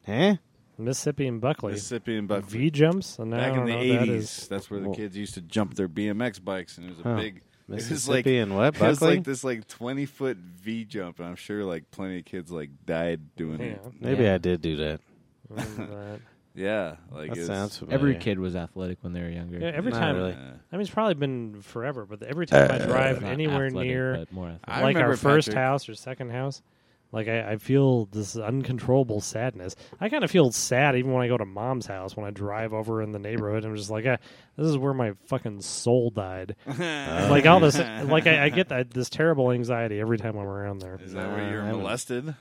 S2: Huh?
S4: Mississippi and Buckley.
S3: Mississippi and Buckley.
S4: V jumps. And I
S3: Back
S4: don't
S3: in the
S4: know what that
S3: eighties,
S4: is.
S3: that's where the
S2: Whoa.
S3: kids used to jump their BMX bikes, and it was a
S2: Huh.
S3: big. It was
S2: Mississippi
S3: like
S2: and what?
S3: it was
S2: Buckley?
S3: like this like twenty foot V jump, and I'm sure like plenty of kids like died doing
S4: Yeah.
S3: it.
S2: Maybe
S5: Yeah.
S2: I did do that.
S4: Remember
S3: Yeah, like
S2: That
S3: it's,
S2: sounds familiar.
S5: Every kid was athletic when they were younger.
S4: that. Yeah, every
S2: Not
S4: time.
S2: really.
S4: I mean, it's probably been forever, but every time I drive
S5: Uh, Not
S4: anywhere
S5: athletic,
S4: near
S5: but more athletic.
S3: I
S4: like our
S3: remember
S4: first
S3: Patrick.
S4: house or second house. Like I, I feel this uncontrollable sadness. I kind of feel sad even when I go to mom's house when I drive over in the neighborhood. I'm just like, ah, this is where my fucking soul died.
S2: Uh,
S4: like all this, like I, I get that this terrible anxiety every time I'm around there.
S3: Is that where
S2: Nah,
S3: you're
S2: I haven't-
S3: molested?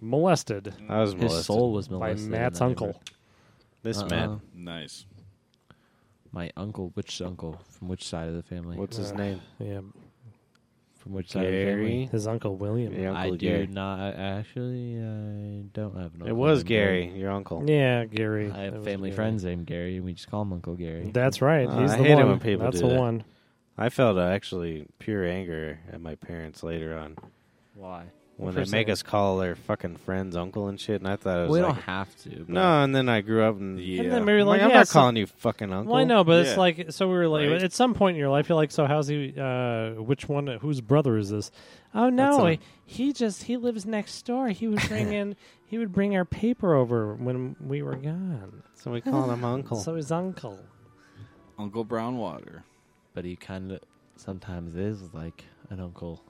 S4: Molested
S2: I was
S5: His
S2: molested.
S5: soul was
S4: by
S5: molested. in
S4: Matt's
S5: that
S4: uncle.
S5: neighborhood.
S2: This
S5: Uh-uh.
S2: man.
S3: Nice.
S5: My uncle. Which uncle? From which side of the family?
S2: What's his
S4: Uh,
S2: name?
S4: Yeah,
S5: From which side of the family?
S2: Gary.
S4: his uncle William.
S2: Your
S5: I
S2: uncle
S5: do
S2: Gary.
S5: not. I- Actually, I don't have an uncle.
S2: It was
S5: named
S2: Gary, your uncle.
S4: Yeah, Gary.
S5: I
S4: That
S5: have
S4: was
S5: family
S4: Gary.
S5: friends named Gary, and we just call him Uncle Gary.
S4: That's right.
S2: Uh,
S4: He's
S2: I
S4: the
S2: hate it
S4: one.
S2: when people
S4: That's
S2: do
S4: the
S2: that.
S4: one.
S2: I felt uh, actually pure anger at my parents later on
S5: Why?
S2: when
S4: For
S2: they make
S4: saying-
S2: us call their fucking friends uncle and shit, and I thought it was
S5: We
S2: like,
S5: don't have to. but-
S2: no. And then I grew up and
S3: Yeah.
S4: And then we were
S2: I'm
S4: like,
S2: like, I'm
S4: yeah,
S2: not
S4: so-
S2: calling you fucking uncle.
S4: Well, I know, but it's
S3: Yeah.
S4: like so we were like
S3: Right?
S4: at some point in your life you're like, so how's he? Uh, which one? Whose brother is this? Oh
S2: That's uh,
S4: no,
S2: a-
S4: he, he just he lives next door. He would bring in he would bring our paper over when we were gone.
S2: So we called him uncle.
S4: So his uncle.
S3: Uncle Brown Water.
S5: But he kind of sometimes is like an uncle.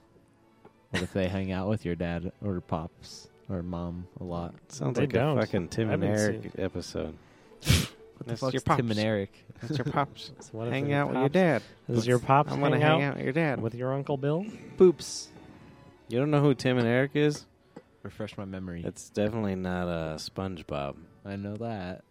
S5: What if they hang out with your dad or pops or mom a lot?
S2: Sounds
S4: They
S2: like
S4: don't.
S2: a fucking Tim
S4: I
S2: and
S4: haven't
S2: Eric
S4: seen-
S2: episode.
S5: What
S2: That's
S5: the fuck's
S2: your pops.
S5: Tim and Eric?
S2: That's your pops.
S4: So what if
S2: hang
S4: his
S2: out with your
S4: pops-
S2: dad.
S4: Does your pops
S2: I'm gonna
S4: hang,
S2: hang out with your dad.
S4: with your uncle Bill?
S5: Boops.
S2: You don't know who Tim and Eric is?
S5: Refresh my memory.
S2: It's definitely not uh, SpongeBob.
S5: I know that.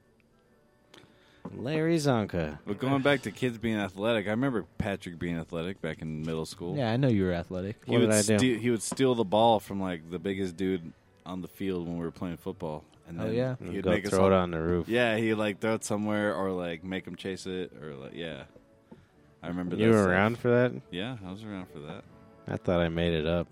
S2: Larry Zonka.
S3: But going back to kids being athletic, I remember Patrick being athletic back in middle school.
S5: Yeah, I know you were athletic.
S3: He
S2: What
S3: would
S2: did I do?
S3: steal- he would steal the ball from like the biggest dude on the field when we were playing football. And
S5: Oh,
S3: then
S5: yeah.
S2: And
S3: he'd
S2: Go
S3: make us
S2: throw
S3: all-
S2: it on the roof.
S3: Yeah, he like throw it somewhere or like make him chase it or like yeah. I remember
S2: You
S3: that
S2: were
S3: stuff.
S2: around for that?
S3: Yeah, I was around for that.
S2: I thought I made it up.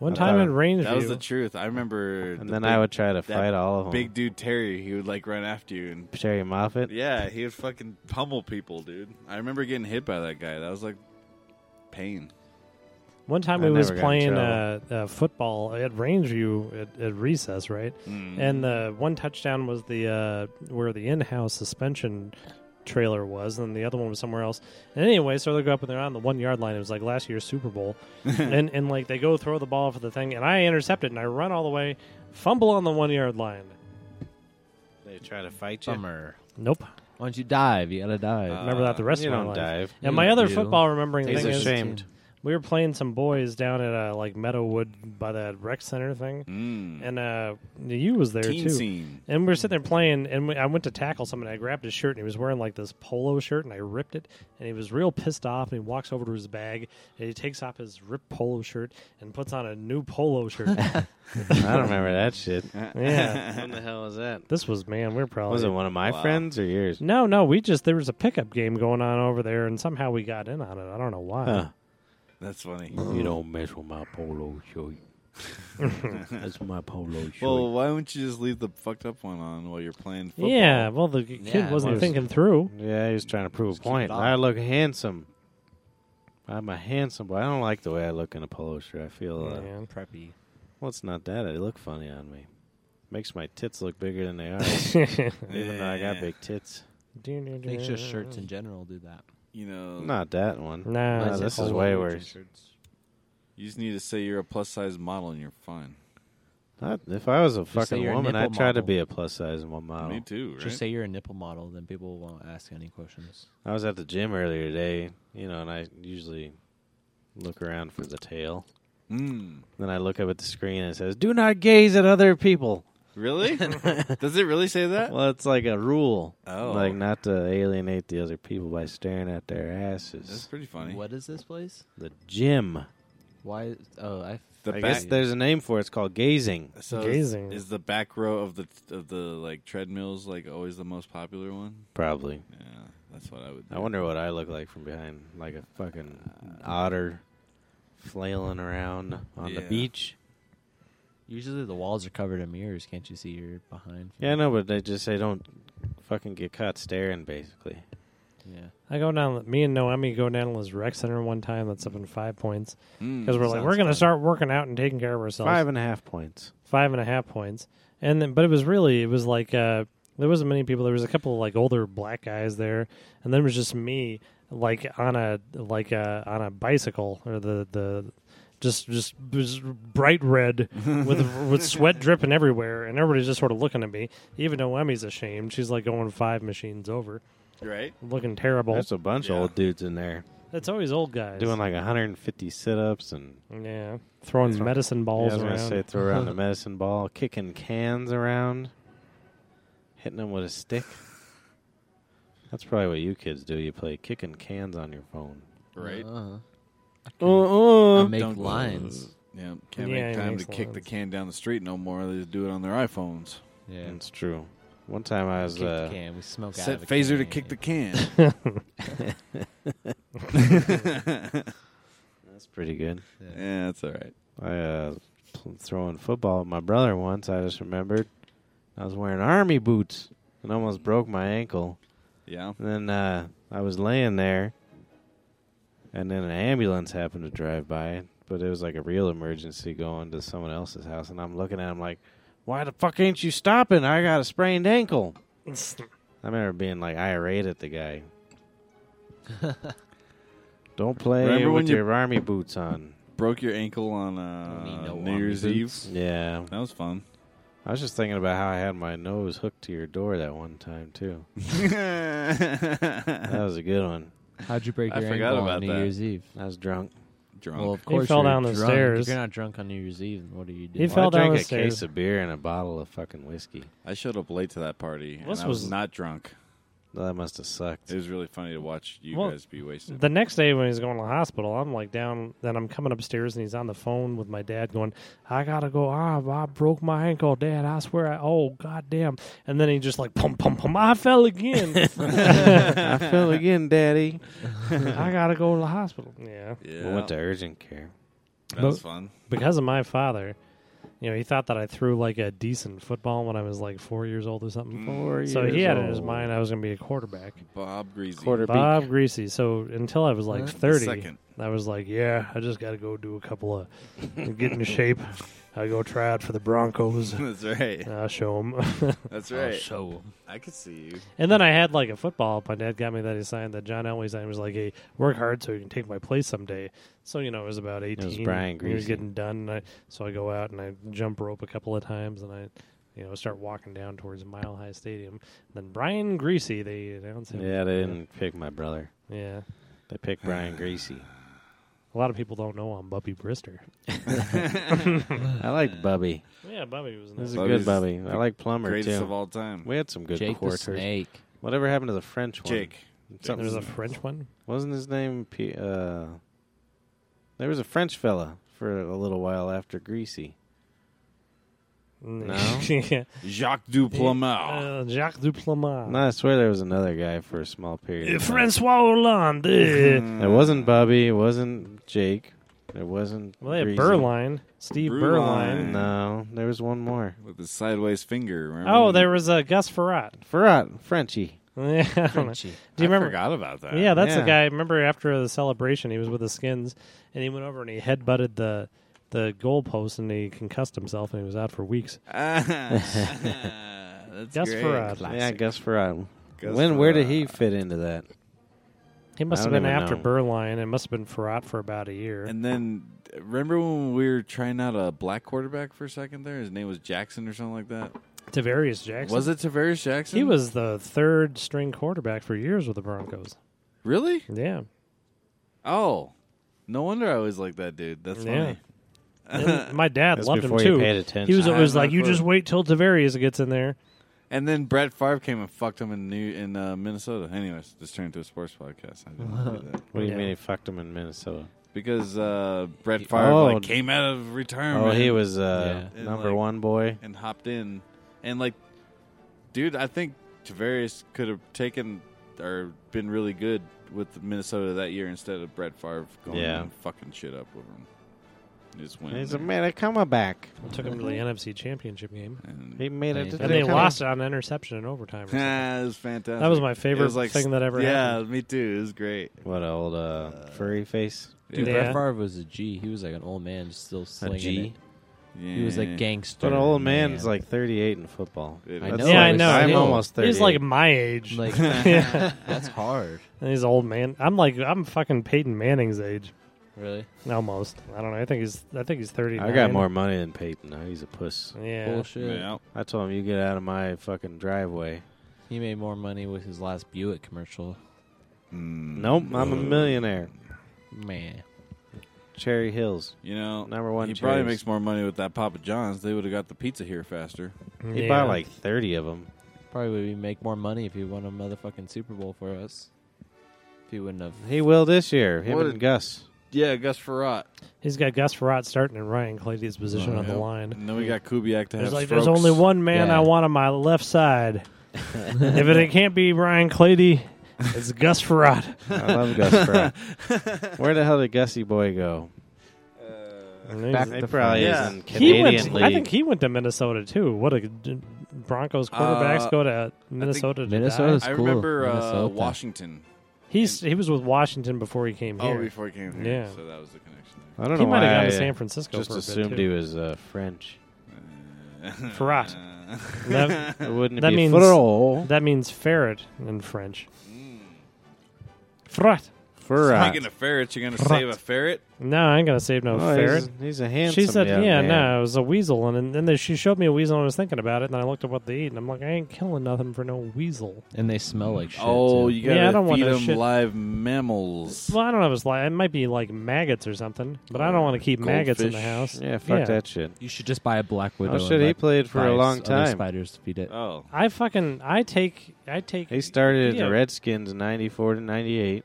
S4: One
S2: I
S4: time
S2: thought-
S4: in Rangeview,
S3: That was the truth. I remember.
S2: And
S3: the
S2: then
S3: big,
S2: I would try to fight all of them.
S3: big dude Terry. He would like run after you and
S2: Sherry Moffat.
S3: yeah, he would fucking pummel people, dude. I remember getting hit by that guy. That was like pain.
S4: one time
S2: I
S4: we was
S2: never got in
S4: playing uh, uh, football at Rangeview at, at recess, right?
S3: Mm.
S4: And
S2: uh,
S4: the one touchdown was the uh, where the in-house suspension trailer was, and the other one was somewhere else. And anyway, so they go up and they're on the one yard line. It was like last year's Super Bowl, and and like they go throw the ball for the thing, and I intercept it, and I run all the way, fumble on the one yard line.
S2: They try to fight you.
S5: Bummer.
S4: Nope,
S5: Why don't you dive? You gotta dive.
S2: Uh,
S4: remember that the rest
S2: you
S4: of my
S2: don't
S4: life.
S2: dive.
S4: And
S5: You
S4: my other
S5: do.
S4: football remembering
S2: He's
S4: thing is
S2: ashamed.
S4: we were playing some boys down at uh, like Meadowwood by that rec center thing,
S3: Mm.
S4: and uh, you was there
S3: Teen
S4: too.
S3: scene.
S4: And we were sitting there playing, and we, I went to tackle someone. I grabbed his shirt, and he was wearing like this polo shirt, and I ripped it. And he was real pissed off, and he walks over to his bag, and he takes off his ripped polo shirt and puts on a new polo shirt.
S2: I don't remember that shit.
S4: yeah,
S2: when the hell was that?
S4: this was man. We are probably
S2: Was it one of my
S3: Wow.
S2: friends or yours?
S4: no, no. We just there was a pickup game going on over there, and somehow we got in on it. I don't know why.
S2: Huh.
S3: That's funny.
S2: You don't mess with my polo shirt. That's my polo shirt.
S3: Well, why don't you just leave the fucked up one on while you're playing football?
S4: Yeah, well, the kid
S5: Yeah,
S4: wasn't
S2: was-
S4: thinking through.
S2: yeah, he was trying to prove a
S5: keep
S2: point.
S5: it off.
S2: I look handsome. I'm a handsome boy. I don't like the way I look in a polo shirt. I feel uh,
S4: Yeah.
S5: preppy.
S2: well, it's not that. They look funny on me. Makes my tits look bigger than they are, even though I
S3: Eh,
S2: got big tits.
S5: I think just shirts in general do that.
S3: You know,
S2: Not that one.
S4: Nah,
S2: No,
S4: it's
S2: this
S4: a
S2: is
S4: polo
S2: way
S4: shirt.
S2: worse.
S3: you just need to say you're a plus size model and you're fine.
S2: Not- if I was a
S5: say
S2: fucking
S5: you're a
S2: woman,
S5: nipple
S2: I'd try to
S5: model.
S2: be a plus size model.
S3: Me too, right?
S5: Oh. Just say you're a nipple model, then people won't ask any questions.
S2: I was at the gym earlier today, you know, and I usually look around for the tail.
S3: mm.
S2: Then I look up at the screen and it says, "Do not gaze at other people."
S3: Really? Does it really say that?
S2: Well, it's like a rule,
S3: Oh.
S2: like not to alienate the other people by staring at their
S3: That's
S2: asses.
S3: pretty funny.
S5: What is this place?
S2: The gym.
S5: Why? Oh, I.
S3: The
S2: I
S3: back,
S2: guess there's a name for it. It's called gazing.
S3: so is-
S4: Gazing.
S3: Is, the back row of the of the like treadmills like always the most popular one?
S2: Probably.
S3: Yeah, that's what I would.
S2: I wonder what I look like from behind, like a fucking otter flailing around on the
S3: Yeah.
S2: beach.
S5: Usually the walls are covered in mirrors. Can't you see your behind?
S2: Yeah, I know, but they just say don't fucking get caught staring, basically.
S5: Yeah.
S4: I go down. Me and Noemi go down to this rec center one time. That's up in Five Points
S3: Mm.
S4: because we're like
S5: sounds
S4: we're going to
S5: fun.
S4: start working out and taking care of ourselves.
S2: Five and a half points.
S4: Five and a half points, and then, but it was really it was like uh, there wasn't many people. There was a couple of like older black guys there, and then it was just me like on a like a, on a bicycle or the the just just, just bright red with with sweat dripping everywhere, and everybody's just sort of looking at me. Even Noemi's ashamed. She's like going five machines over,
S3: right.
S4: looking terrible.
S2: There's a bunch
S3: Yeah.
S2: of old dudes in there
S4: That's always old guys
S2: doing like 150 sit-ups and
S4: Yeah, throwing medicine balls
S2: Yeah, I was
S4: around.
S2: gonna say throw around the medicine ball, kicking cans around, hitting them with a stick. That's probably what you kids do. You play kicking cans on your phone.
S3: Right.
S5: Uh,
S2: Uh-uh.
S5: I make
S3: Don't-
S5: lines.
S3: Yeah, can't
S4: Yeah,
S3: make
S4: he
S3: time to
S4: makes
S3: kick the
S4: lines.
S3: can down the street no more. They just do it on their iPhones.
S5: Yeah.
S2: It's true. One time I was
S5: Kick the
S2: uh,
S5: can. We smoke out
S3: Set
S5: of the
S3: phaser
S5: can.
S3: to kick the can.
S2: that's pretty good.
S5: Yeah.
S3: yeah, that's all right.
S2: I uh, pl- throwing football with my brother once. I just remembered I was wearing army boots and almost broke my ankle.
S3: Yeah.
S2: And then uh, I was laying there, and then an ambulance happened to drive by, but it was like a real emergency going to someone else's house. And I'm looking at him like, why the fuck ain't you stopping? I got a sprained ankle. I remember being like irate at the guy. Don't play
S3: Remember when
S2: with
S3: you-
S2: your army boots on.
S3: Broke your ankle on
S5: Don't
S3: uh,
S5: need no
S3: New
S5: army
S3: Year's Eve.
S5: boots.
S2: Yeah.
S3: That was fun.
S2: I was just thinking about how I had my nose hooked to your door that one time, too.
S3: Did
S2: That was a good one.
S5: How'd you break
S3: I
S5: your
S3: forgot
S5: ankle
S3: about
S5: on New
S3: that.
S5: Year's Eve?
S2: I was drunk.
S3: drunk.
S5: Well, of
S4: He
S5: course
S4: fell
S5: you're
S4: down the
S5: drunk.
S4: stairs.
S5: If you're not drunk on New Year's Eve, what do you do?
S4: He
S2: Well,
S4: fell
S2: I
S4: down
S2: drank
S4: the
S2: a
S4: stairs.
S2: case of beer and a bottle of fucking whiskey.
S3: I showed up late to that party. and
S4: This
S3: I was,
S4: was-
S3: not drunk.
S2: That must have sucked.
S3: It was really funny to watch you
S4: Well,
S3: guys be wasted.
S4: The next day when he's going to the hospital, I'm like down. Then I'm coming upstairs and he's on the phone with my dad, going, "I gotta go. Ah, I broke my ankle, Dad. I swear. I oh goddamn." And then he just like pum pum pum. I fell again.
S2: I fell again, Daddy.
S4: I gotta go to the hospital. Yeah,
S3: yeah,
S2: We went to urgent care.
S3: that was fun.
S4: because of my father. You know, he thought that I threw like a decent football when I was like four years old or
S2: Mm.
S4: something.
S2: Four
S4: so he
S2: years
S4: had it in his
S2: old.
S4: mind I was going to be a quarterback.
S3: Bob Greasy.
S2: Quarter- Beak.
S4: Bob Greasy. So until I was like thirty,
S3: Second.
S4: I was like, yeah, I just got to go do a couple of get in shape. I go try out for the Broncos.
S3: That's right.
S4: I'll show 'em.
S3: That's right.
S5: So
S3: I could see you.
S4: and then I had like a football. My dad got me that he signed that John Elway signed. He was like, hey, work hard so you can take my place someday. So you know, it was about eighteen.
S2: was Brian
S4: We were
S2: Greasy.
S4: getting done. And I, so I go out and I jump rope a couple of times and I. You know, start walking down towards Mile High Stadium. Then Brian Greasy, they announced him.
S2: Yeah, they didn't pick my brother.
S4: yeah.
S2: They picked Brian Greasy.
S4: A lot of people don't know I'm Bubby Brister.
S2: I like Bubby.
S4: Yeah, Bubby was
S2: This
S4: nice.
S2: is a
S3: Bubby's
S2: good Bubby. I
S3: the
S2: like Plumber
S3: Greatest
S2: too.
S3: of all time.
S2: we had some good
S5: Jake the
S2: quarters.
S5: Snake.
S2: Whatever happened to the French one?
S3: Jake.
S2: Something-
S4: There's a French one.
S2: Wasn't his name? P- uh, there was a French fella for a little while after Greasy. No?
S4: yeah.
S3: Jacques Duplamel.
S4: uh, Jacques Duplomat.
S2: No, I swear there was another guy for a small period.
S4: Uh,
S2: of time.
S4: Francois Hollande. uh,
S2: It wasn't Bubby. It wasn't Jake. It wasn't.
S4: well, they had
S2: Greasy.
S4: Berline. Steve Berline.
S3: Berline.
S2: No, uh, there was one more.
S3: With his sideways finger. Remember
S4: Oh,
S3: when-
S4: there was uh, Gus Ferrat.
S2: Ferrat, Frenchie.
S4: Yeah, I don't know. Do
S5: Frenchie.
S4: you
S3: I
S4: remember?
S3: forgot about that.
S4: Yeah, that's the
S2: Yeah.
S4: guy. Remember after the celebration, he was with the Skins, and he went over and he headbutted the the goalpost, and he concussed himself, and he was out for weeks.
S3: that's
S4: Gus
S3: great.
S4: Ferrat.
S2: Yeah, Gus Ferrat.
S3: Gus
S2: when? Where did
S3: Ferrat.
S2: he fit into that?
S4: He
S2: I
S4: must have
S2: don't
S4: been
S2: even
S4: after
S2: know.
S4: Berline. It must have been Ferrat for about a year.
S3: And then remember when we were trying out a black quarterback for a second there? His name was Jackson or something like that.
S4: Tavarius Jackson.
S3: Was it Tavares Jackson?
S4: He was the third string quarterback for years with the Broncos.
S3: really.
S4: Yeah.
S3: Oh, no wonder I was like that dude. That's
S4: Yeah.
S3: funny.
S4: And my dad
S2: That's
S4: loved him
S2: before you
S4: too.
S2: paid attention.
S4: He was
S3: I
S4: always
S3: have no
S4: like, "You
S3: clue."
S4: just wait till Tavarius gets in there."
S3: And then Brett Favre came and fucked him in New in uh, Minnesota. Anyways, this turned into a sports podcast. I didn't wanna do that.
S2: What do you
S4: Yeah.
S2: mean he fucked him in Minnesota?
S3: Because uh, Brett Favre
S2: oh.
S3: like came out of retirement.
S2: Oh, he was uh,
S3: Yeah.
S2: number
S3: And, like-
S2: one boy.
S3: and hopped in, and like, dude, I think Tavares could have taken or been really good with Minnesota that year instead of Brett Favre going
S2: Yeah.
S3: and fucking shit up with him. He just went.
S2: He's a
S3: in there.
S2: man. Come back.
S4: Took him to the NFC Championship game,
S3: And-
S2: He made it. to
S5: Thank you.
S2: the
S4: and they
S2: kinda-
S4: lost it on interception in overtime. or something.
S3: Ah, it was fantastic.
S4: That was my
S3: It
S4: favorite
S3: was like
S4: thing that ever
S3: Yeah,
S4: happened.
S3: me too. It was great.
S2: What a old uh, furry face.
S5: Dude,
S4: Yeah.
S5: Brett Favre was a G. He was like an old man, just still slinging
S2: G?
S5: it. He was a
S3: Yeah.
S5: gangster.
S2: But an old
S5: man.
S2: man's like 38 in football.
S3: It
S5: I
S3: was-
S5: know.
S4: Yeah, I
S5: it's
S4: know.
S5: still-
S2: I'm almost 30.
S4: He's like my age.
S5: Like,
S4: yeah,
S5: that's hard.
S4: and he's an old man. I'm like, I'm fucking Peyton Manning's age,
S5: Really?
S4: almost. I don't know. I think he's, I think he's thirty.
S2: I got more money than Peyton. though. He's a puss.
S4: Yeah.
S5: Bullshit.
S3: Yeah.
S2: I told him, you get out of my fucking driveway.
S5: He made more money with his last Buick commercial.
S3: Mm.
S2: Nope, I'm a millionaire.
S5: Man.
S2: Cherry Hills.
S3: You know,
S2: Number one
S3: He probably
S2: cherries.
S3: makes more money with that Papa John's. They would have got the pizza here faster.
S2: He
S4: Yeah.
S2: bought like 30 of them.
S5: Probably would he make more money if he won a motherfucking Super Bowl for us. If he wouldn't have.
S2: He will this year. Him
S3: What
S2: and
S3: a-
S2: Gus.
S3: Yeah, Gus Ferrat.
S4: He's got Gus Ferrat starting and Ryan Clady's position
S5: Oh,
S4: on the
S3: yeah.
S4: line.
S3: And then we got Kubiak to have.
S4: There's like
S3: strokes.
S4: there's only one man
S5: Yeah.
S4: I want on my left side. if it can't be Ryan Clady, it's Gus Ferrat.
S2: I love Gus Ferrat. Where the hell did Gussie Boy go?
S4: He's-
S2: He probably
S3: Yeah.
S2: is in
S4: he
S2: Canadian
S4: went.
S2: League.
S4: I think he went to Minnesota too. What a Broncos quarterbacks
S3: Uh,
S4: go to Minnesota. To die.
S5: Minnesota's-
S3: I
S5: Cool.
S3: remember uh,
S5: Minnesota.
S3: Washington.
S4: He's he was with Washington before he came
S3: Oh,
S4: here.
S3: before he came here.
S4: Yeah.
S3: So that was the connection. there.
S2: I don't
S4: he
S2: know
S4: might
S2: why
S4: have gone
S2: I
S4: to San Francisco
S2: just
S4: for a
S2: assumed
S4: bit
S2: he
S4: too.
S2: was uh, French.
S4: Ferrat. that,
S2: It wouldn't
S4: That
S2: be
S4: means-
S2: Ferrol. Mm.
S4: that means ferret in French. Ferrat.
S2: Ferret.
S3: Speaking of ferrets, you're gonna save a ferret.
S4: No, I ain't gonna save no
S2: Oh, he's-
S4: ferret.
S2: He's, a handsome.
S4: she said,
S2: young
S4: "Yeah,
S2: man.
S4: no, it was a weasel." And then- then they- she showed me a weasel, and I was thinking about it. And then I looked at what they eat, and I'm like, "I ain't killing nothing for no weasel."
S5: And they smell like shit.
S3: Oh,
S5: too.
S3: you
S4: Yeah,
S3: gotta
S4: I don't want
S3: feed
S4: no
S3: them
S4: shit.
S3: live mammals.
S4: Well, I don't know if it's like it might be like maggots or something, but I don't want to keep maggots in the
S3: Goldfish.
S4: house.
S2: Yeah, fuck
S4: Yeah.
S2: that shit.
S5: you should just buy a black widow.
S2: Oh shit,
S5: and
S2: he
S5: let-
S2: played for
S5: buy
S2: a
S5: s-
S2: long
S5: other
S2: time.
S5: Spiders to feed it.
S3: Oh,
S4: I fucking I take I take
S2: He started in
S4: Yeah.
S2: the Redskins in 94 to 98.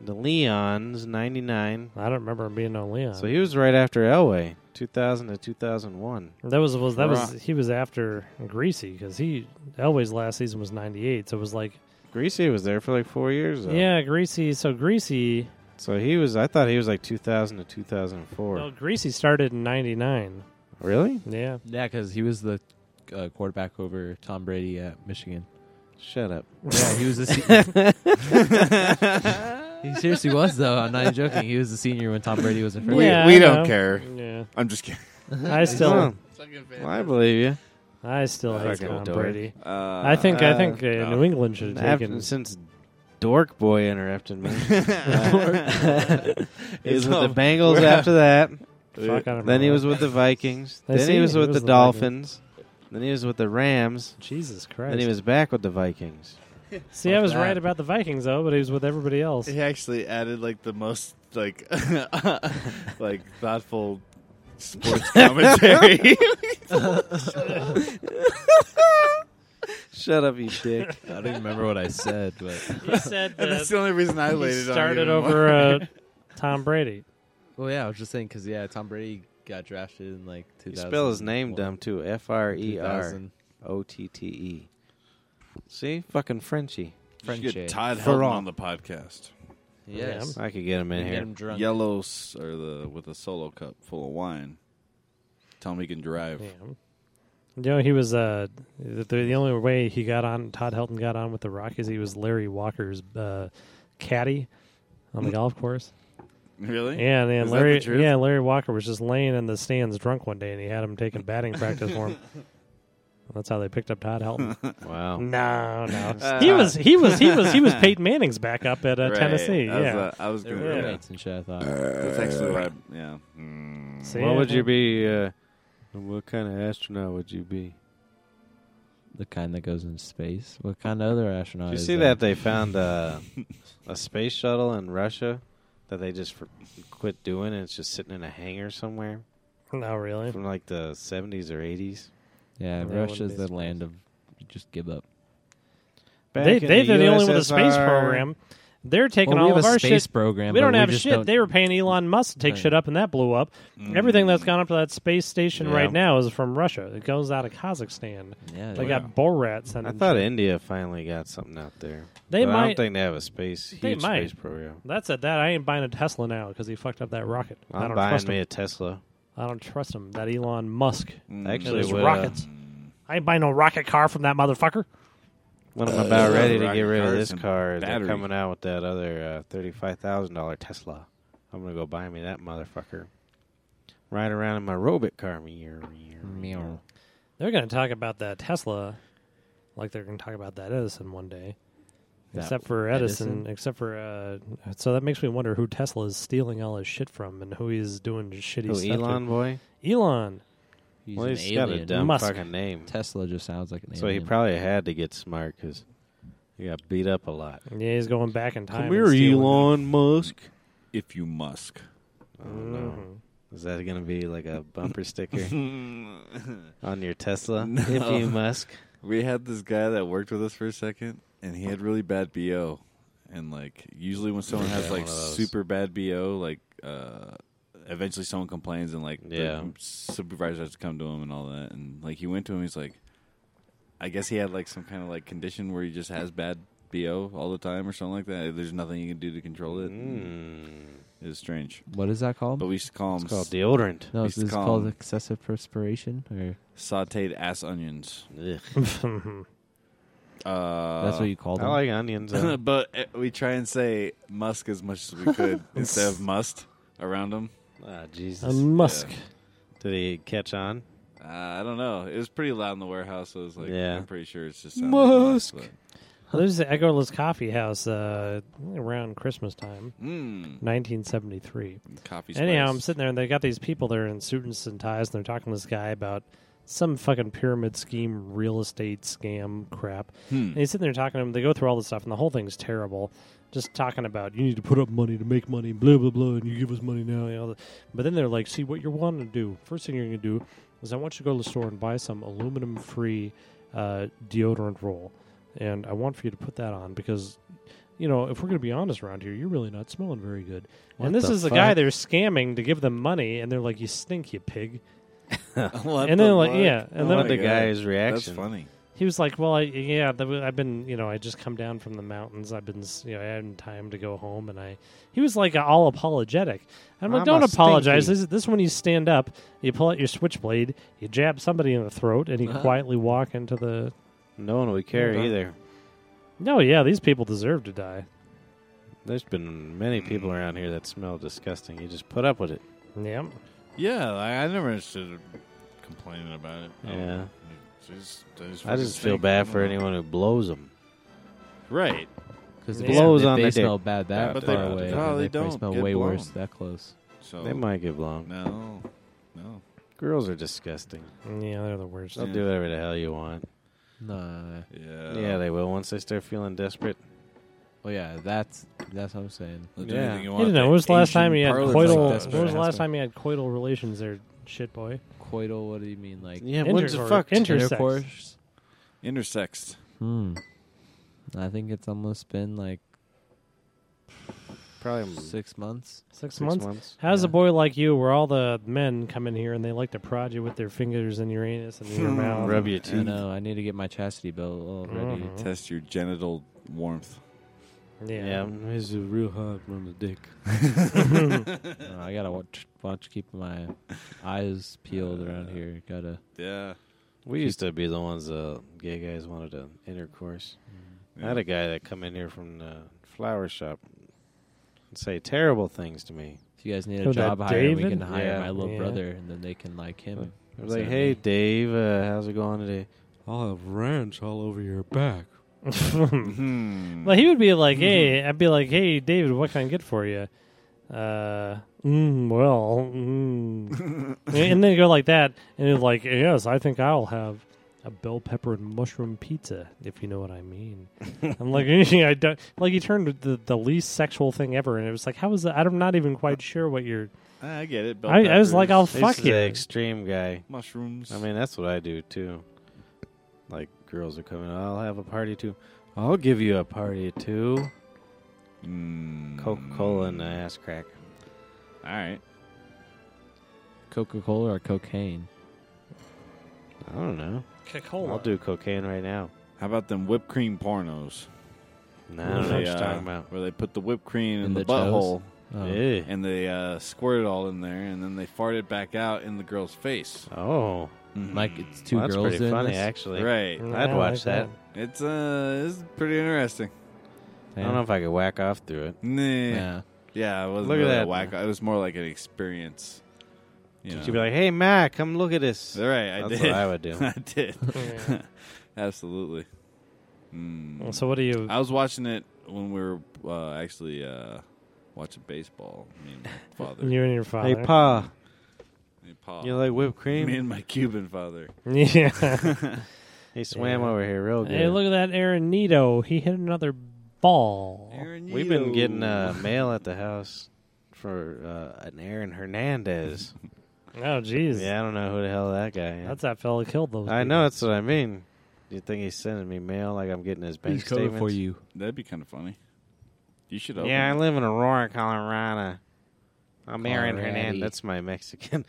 S2: The Leons 99.
S4: I don't remember him being on Leon.
S2: So he was right after Elway, 2000 to 2001.
S4: that was was that was
S3: Bruh.
S4: he was after Greasy because he Elway's last season was '98, so it was like
S2: Greasy was there for like 4 years though.
S4: yeah, Greasy. So Greasy,
S2: So he was I thought he was like 2000 to 2004.
S4: well, Greasy started in '99.
S2: Really?
S4: Yeah,
S5: Yeah, because he was the uh, quarterback over Tom Brady at Michigan.
S2: Shut up.
S5: Yeah, he was the. Se- he seriously was though. I'm not even joking. He was the senior when Tom Brady was in first.
S4: We- Yeah, we I
S3: we
S4: don't know.
S3: don't care.
S4: yeah.
S3: I'm just kidding.
S4: I still
S2: Well, I believe you.
S4: I still hate
S2: Fucking
S4: Tom
S2: dork.
S4: Brady.
S3: Uh,
S4: I think I
S2: uh,
S4: think uh,
S3: no.
S4: New England should have
S2: After,
S4: taken.
S2: since Dork Boy interrupted me. he was
S3: It's
S2: with the
S3: all-
S2: Bengals
S3: we're-
S2: after that.
S4: Fuck, I don't
S2: Then he
S4: know.
S2: was with the Vikings.
S4: I
S2: then
S4: see,
S2: he was
S4: he
S2: with
S4: was
S2: the,
S4: the
S2: Dolphins. Then he was with the Rams.
S4: Jesus Christ.
S2: Then he was back with the Vikings.
S4: See, I was
S3: that.
S4: right about the Vikings though, but he was with everybody else.
S3: He actually added like the most like like thoughtful sports commentary.
S2: Shut up, you dick.
S5: I don't even remember what I said, but
S4: He said
S3: and that's the only reason I laid
S4: he
S3: it
S4: started
S3: on you
S4: over
S3: anymore.
S4: uh, Tom Brady.
S5: well, yeah, I was just saying because yeah, Tom Brady got drafted in like 2000.
S2: you spell his name dumb too. F R E R
S5: 2000.
S2: O T T E. See, fucking Frenchie.
S3: You should
S5: Frenchie.
S3: get Todd
S2: Ferrell.
S3: Helton on the podcast.
S5: Yes.
S2: I could get him in
S5: Get
S2: here.
S5: him drunk.
S3: Yellow s- or the with a solo cup full of wine. Tell him he can drive.
S4: Yeah. You know, he was uh, the, the only way he got on, Todd Helton got on with the Rockies, he was Larry Walker's uh, caddy on the golf course.
S3: Really?
S4: Yeah, and
S3: Is
S4: then
S3: that the
S4: Larry,
S3: truth?
S4: yeah, Larry Walker was just laying in the stands drunk one day, and he had him taking batting practice for him. That's how they picked up Todd Helton.
S2: Wow.
S4: no, no, he was, he was, he was, he was Peyton Manning's backup at uh,
S3: Right.
S4: Tennessee.
S3: I was,
S4: Yeah,
S3: uh, I was
S5: They
S3: gonna.
S5: were
S3: Yeah.
S5: roommates and shit. I thought.
S3: That's actually why. Yeah.
S4: Mm.
S3: Mm.
S4: See,
S2: what would
S4: yeah.
S2: you be? Uh, what kind of astronaut would you be?
S5: The kind that goes into space. What kind of other astronaut?
S2: Did you
S5: is
S2: see that they found uh, a space shuttle in Russia that they just for- quit doing and it's just sitting in a hangar somewhere
S4: No, really.
S2: from like the 70s or 80s?
S5: Yeah,
S4: Around
S5: Russia's
S4: baseball.
S5: the land of you just give up.
S2: Back
S4: they
S2: in
S4: they are the only one with a space
S2: USSR.
S4: program. They're taking
S5: well, we
S4: all
S5: have
S4: of
S5: a
S4: our
S5: space
S4: shit.
S5: program.
S4: we
S5: but
S4: don't have
S5: just
S4: shit.
S5: don't-
S4: They were paying Elon Musk to take
S5: Right.
S4: shit up, and that blew up. Everything that's gone up to that space station
S2: Yeah.
S4: right now is from Russia. It goes out of Kazakhstan.
S5: yeah,
S4: They
S5: yeah.
S4: got Borat
S2: I
S4: sending.
S2: thought
S4: shit.
S2: India finally got something out there.
S4: They
S2: But I don't
S4: might.
S2: think they have a space huge
S4: They might.
S2: space program.
S4: That's it. That I ain't buying a Tesla now because he fucked up that rocket. I
S2: I'm
S4: don't
S2: buying
S4: trust
S2: me
S4: him.
S2: a Tesla.
S4: I don't trust him. That Elon Musk.
S3: Mm.
S2: Actually,
S4: Those
S2: would, uh,
S4: rockets. I ain't buying no rocket car from that motherfucker.
S2: when I'm
S3: Uh,
S2: about
S3: those
S2: ready to
S3: rocket
S2: get rid of
S3: cars
S2: this
S3: and
S2: car, they're
S3: battery.
S2: coming out with that other uh, thirty-five thousand dollar Tesla. I'm gonna go buy me that motherfucker. Ride around in my robot car. Meow, meow, meow.
S5: Meow.
S4: They're going to talk about that Tesla, like they're going to talk about that Edison one day.
S5: That
S4: except for Edison,
S5: Edison?
S4: except for uh, so that makes me wonder who Tesla is stealing all his shit from and who he's doing shitty
S2: Who,
S4: stuff. to.
S2: Elon boy?
S4: Elon.
S5: He's
S2: well,
S5: an
S2: he's got a
S5: alien.
S2: dumb
S4: Musk.
S2: fucking name.
S5: Tesla just sounds like an
S2: So he
S5: alien.
S2: probably had to get smart because he got beat up a lot.
S4: Yeah, he's going back in time.
S2: Come
S4: and
S2: here,
S4: stealing
S2: Elon Musk.
S3: If you Musk.
S2: I don't
S4: Mm-hmm.
S3: Mm-hmm.
S2: know. Is that gonna be like a bumper sticker on your Tesla?
S3: No.
S2: If you Musk.
S3: We had this guy that worked with us for a second, and he had really bad BO. And like, usually when someone has
S2: Yeah,
S3: like
S2: one of those.
S3: super bad BO, like, uh, eventually someone complains, and like,
S2: Yeah.
S3: the supervisor has to come to him and all that. And like, he went to him, he's like, I guess he had like some kind of like condition where he just has bad BO all the time or something like that. There's nothing you can do to control it.
S2: Mm.
S3: It was strange,
S5: What is that called?
S3: but we used to call him
S2: It's called deodorant.
S5: no,
S3: we
S5: is
S3: used to
S5: this
S3: call
S5: called
S3: him-
S5: excessive perspiration? Or
S3: sautéed ass onions.
S2: Ugh.
S4: them.
S3: Uh,
S5: that's what you called
S2: I
S5: them?
S2: like onions. though.
S3: but uh, we try and say Musk as much as we could instead of must around him.
S2: Ah, Jesus.
S4: A Uh, Musk.
S2: Did he catch on?
S3: Uh, I don't know. It was pretty loud in the warehouse. So I was like,
S2: Yeah.
S3: I'm pretty sure it's just sounded like Musk.
S2: Musk.
S3: but-
S4: Well, there's the Egoless Coffee House uh, around Christmas time,
S3: Mm.
S4: 1973.
S3: Coffee spice.
S4: Anyhow, I'm sitting there and they got these people there in suits and ties and they're talking to this guy about some fucking pyramid scheme, real estate scam crap.
S3: Hmm.
S4: And he's sitting there talking to him. They go through all this stuff, and the whole thing's terrible. Just talking about you need to put up money to make money, blah blah blah, and you give us money now. You know. But then they're like, see what you're wanting to do. First thing you're going to do is I want you to go to the store and buy some aluminum-free uh, deodorant roll, and I want for you to put that on because. You know, if we're going to be honest around here, you're really not smelling very good.
S5: What
S4: and this
S5: the
S4: is the guy
S5: fuck?
S4: they're scamming to give them money, and they're like, "You stink, you pig."
S3: What
S4: and
S3: the
S4: then, like,
S3: fuck?
S4: yeah, and
S2: I
S4: then-
S2: love
S3: my
S2: the
S3: God.
S2: guy's
S3: That's
S2: reaction.
S3: funny.
S4: He was like, "Well, I, yeah, th- I've been, you know, I just come down from the mountains. I've been, s- you know, I hadn't time to go home." And I, he was like, uh, all apologetic. I'm like,
S2: I'm
S4: "Don't
S2: a
S4: apologize.
S2: stinky."
S4: This, this one, you stand up, you pull out your switchblade, you jab somebody in the throat, and you quietly walk into the."
S2: No one would care
S4: Hold on.
S2: either.
S4: No, yeah, these people deserve to die.
S2: There's been many people around here that smell disgusting. You just put up with it.
S4: Yep.
S3: Yeah, I, I never understood complaining about it. I don't
S2: Yeah.
S3: know. It's just- I just,
S2: I just
S3: fucking
S2: feel
S3: think- I
S2: bad
S3: don't
S2: for
S3: know.
S2: anyone who blows them.
S3: Right.
S5: Because
S4: Yeah.
S2: Blows
S5: if
S2: on
S5: they
S2: the dick.
S5: smell bad that
S3: But
S5: far
S3: they-
S5: away, then
S3: no, they
S5: they, probably
S3: don't
S5: smell
S3: get
S5: way
S3: blown.
S5: worse that close.
S3: So
S2: They might get blown.
S3: Oh. no, no.
S2: Girls are disgusting.
S4: Yeah, they're the worst.
S2: They'll
S3: Yeah. Uh,
S2: do whatever the hell you want.
S5: Nah.
S3: Yeah.
S2: yeah, they will once they start feeling desperate.
S5: Well, yeah, that's that's what I'm saying.
S3: They'll do
S2: Yeah.
S3: anything you
S4: I
S3: want.
S4: don't know. When was the last
S3: Asian
S4: time you had
S3: parlor
S5: like
S4: coital?
S5: that's
S4: when was
S5: bad.
S4: the last time you had coital relations? There, shit boy.
S5: Coital? What do you mean, like
S2: Yeah, when's the
S4: Intercourse.
S2: fuck?
S4: Inter- Intersex.
S5: intercourse?
S3: intersexed.
S5: Hmm. I think it's almost been like
S2: Probably six,
S5: six months.
S4: Six,
S2: six
S4: months.
S2: months.
S4: How's a
S5: Yeah.
S4: boy like you, where all the men come in here and they like to prod you with their fingers in your anus Um, and your mouth?
S2: Rub your
S3: I
S5: I
S2: teeth.
S5: know. I need to get my chastity belt already.
S4: Mhm.
S3: Test your genital warmth.
S4: Yeah.
S2: Yeah, it's real hard on the dick.
S5: Uh, I gotta watch, watch, keep my eyes peeled around here. Gotta.
S3: Yeah.
S2: We used to be the ones uh, gay guys wanted to intercourse. I had a guy that come in here from the flower shop and say terrible things to me.
S5: If you guys need
S4: Oh,
S5: a
S4: that
S5: job hire, we
S4: David?
S5: can hire
S2: Yeah.
S5: my little
S4: Yeah.
S5: brother, and then they can like him.
S2: I was like,
S5: So-
S2: "Hey, Dave, uh, how's it going today?"
S6: I'll have ranch all over your back.
S3: Hmm.
S4: Well, he would be
S2: Mm-hmm.
S4: like, "Hey," I'd be like, "Hey, David, what can I get for you?" Uh, mm, well, mm. and then go like that, and it's like, "Yes, I think I'll have a bell pepper and mushroom pizza," if you know what I mean. I'm like, I don't, like he turned the the least sexual thing ever, and it was like, "How is that?" I'm not even quite sure what you're.
S3: I get it. bell
S4: I, I was like,
S3: peppers,
S4: "I'll
S2: This
S4: fuck
S2: is
S4: you."
S2: the extreme guy.
S3: mushrooms.
S2: I mean, that's what I do too. Like girls are coming, I'll have a party too. I'll give you a party too.
S3: Mm.
S2: Coca Cola and uh, the ass crack.
S3: All right.
S5: Coca Cola or cocaine?
S2: I don't know. I'll do cocaine right now.
S3: How about them whipped cream pornos?
S2: No, I don't know what
S3: They,
S2: you're
S3: uh,
S2: talking about.
S3: Where they put the whipped cream in,
S5: In
S3: the,
S5: the toes?
S3: butthole
S5: Oh.
S2: Ew.
S3: and they uh, squirt it all in there, and then they fart it back out in the girl's face. Mm-hmm.
S2: Oh,
S5: Like it's two
S2: well, that's
S5: girls
S2: pretty
S5: doing
S2: funny,
S5: this?
S2: actually.
S3: right.
S4: Mm,
S2: I'd
S4: I don't
S2: watch
S4: like
S2: that.
S3: It's uh, it's pretty interesting.
S2: I don't know if I could whack off through it.
S3: Nah.
S5: Yeah.
S3: Yeah, it wasn't
S2: Look at
S3: really a
S2: that.
S3: whack. It was more like an experience. You
S2: She'd
S3: know.
S2: be like, "Hey, Mac, come look at this."
S3: right. I
S2: that's what
S3: did.
S2: I would do.
S3: I did.
S4: Yeah.
S3: Absolutely. Mm.
S4: So what do you?
S3: I was watching it when we were uh, actually uh, watching baseball. Me and my father.
S4: You and your father.
S2: hey, Pa,
S3: Me and Pa.
S2: you like whipped cream?
S3: me and my Cuban father.
S4: Yeah.
S2: he swam
S4: Yeah.
S2: over here real good.
S4: hey, look at that, Aaron Nito. He hit another ball.
S2: We've been getting uh, mail at the house for uh, an Aaron Hernandez.
S4: Oh, jeez.
S2: yeah, I don't know who the hell that guy is.
S4: That's that fella killed those.
S2: I
S4: people.
S2: know that's what I mean. You think he's sending me mail like I'm getting his bank
S5: He's coming
S2: statements?
S5: for you.
S3: That'd be kind of funny. You should. Open
S2: Yeah, I
S3: it.
S2: live in Aurora, Colorado. I'm Aaron
S5: Colorado.
S2: Hernandez. That's my Mexican.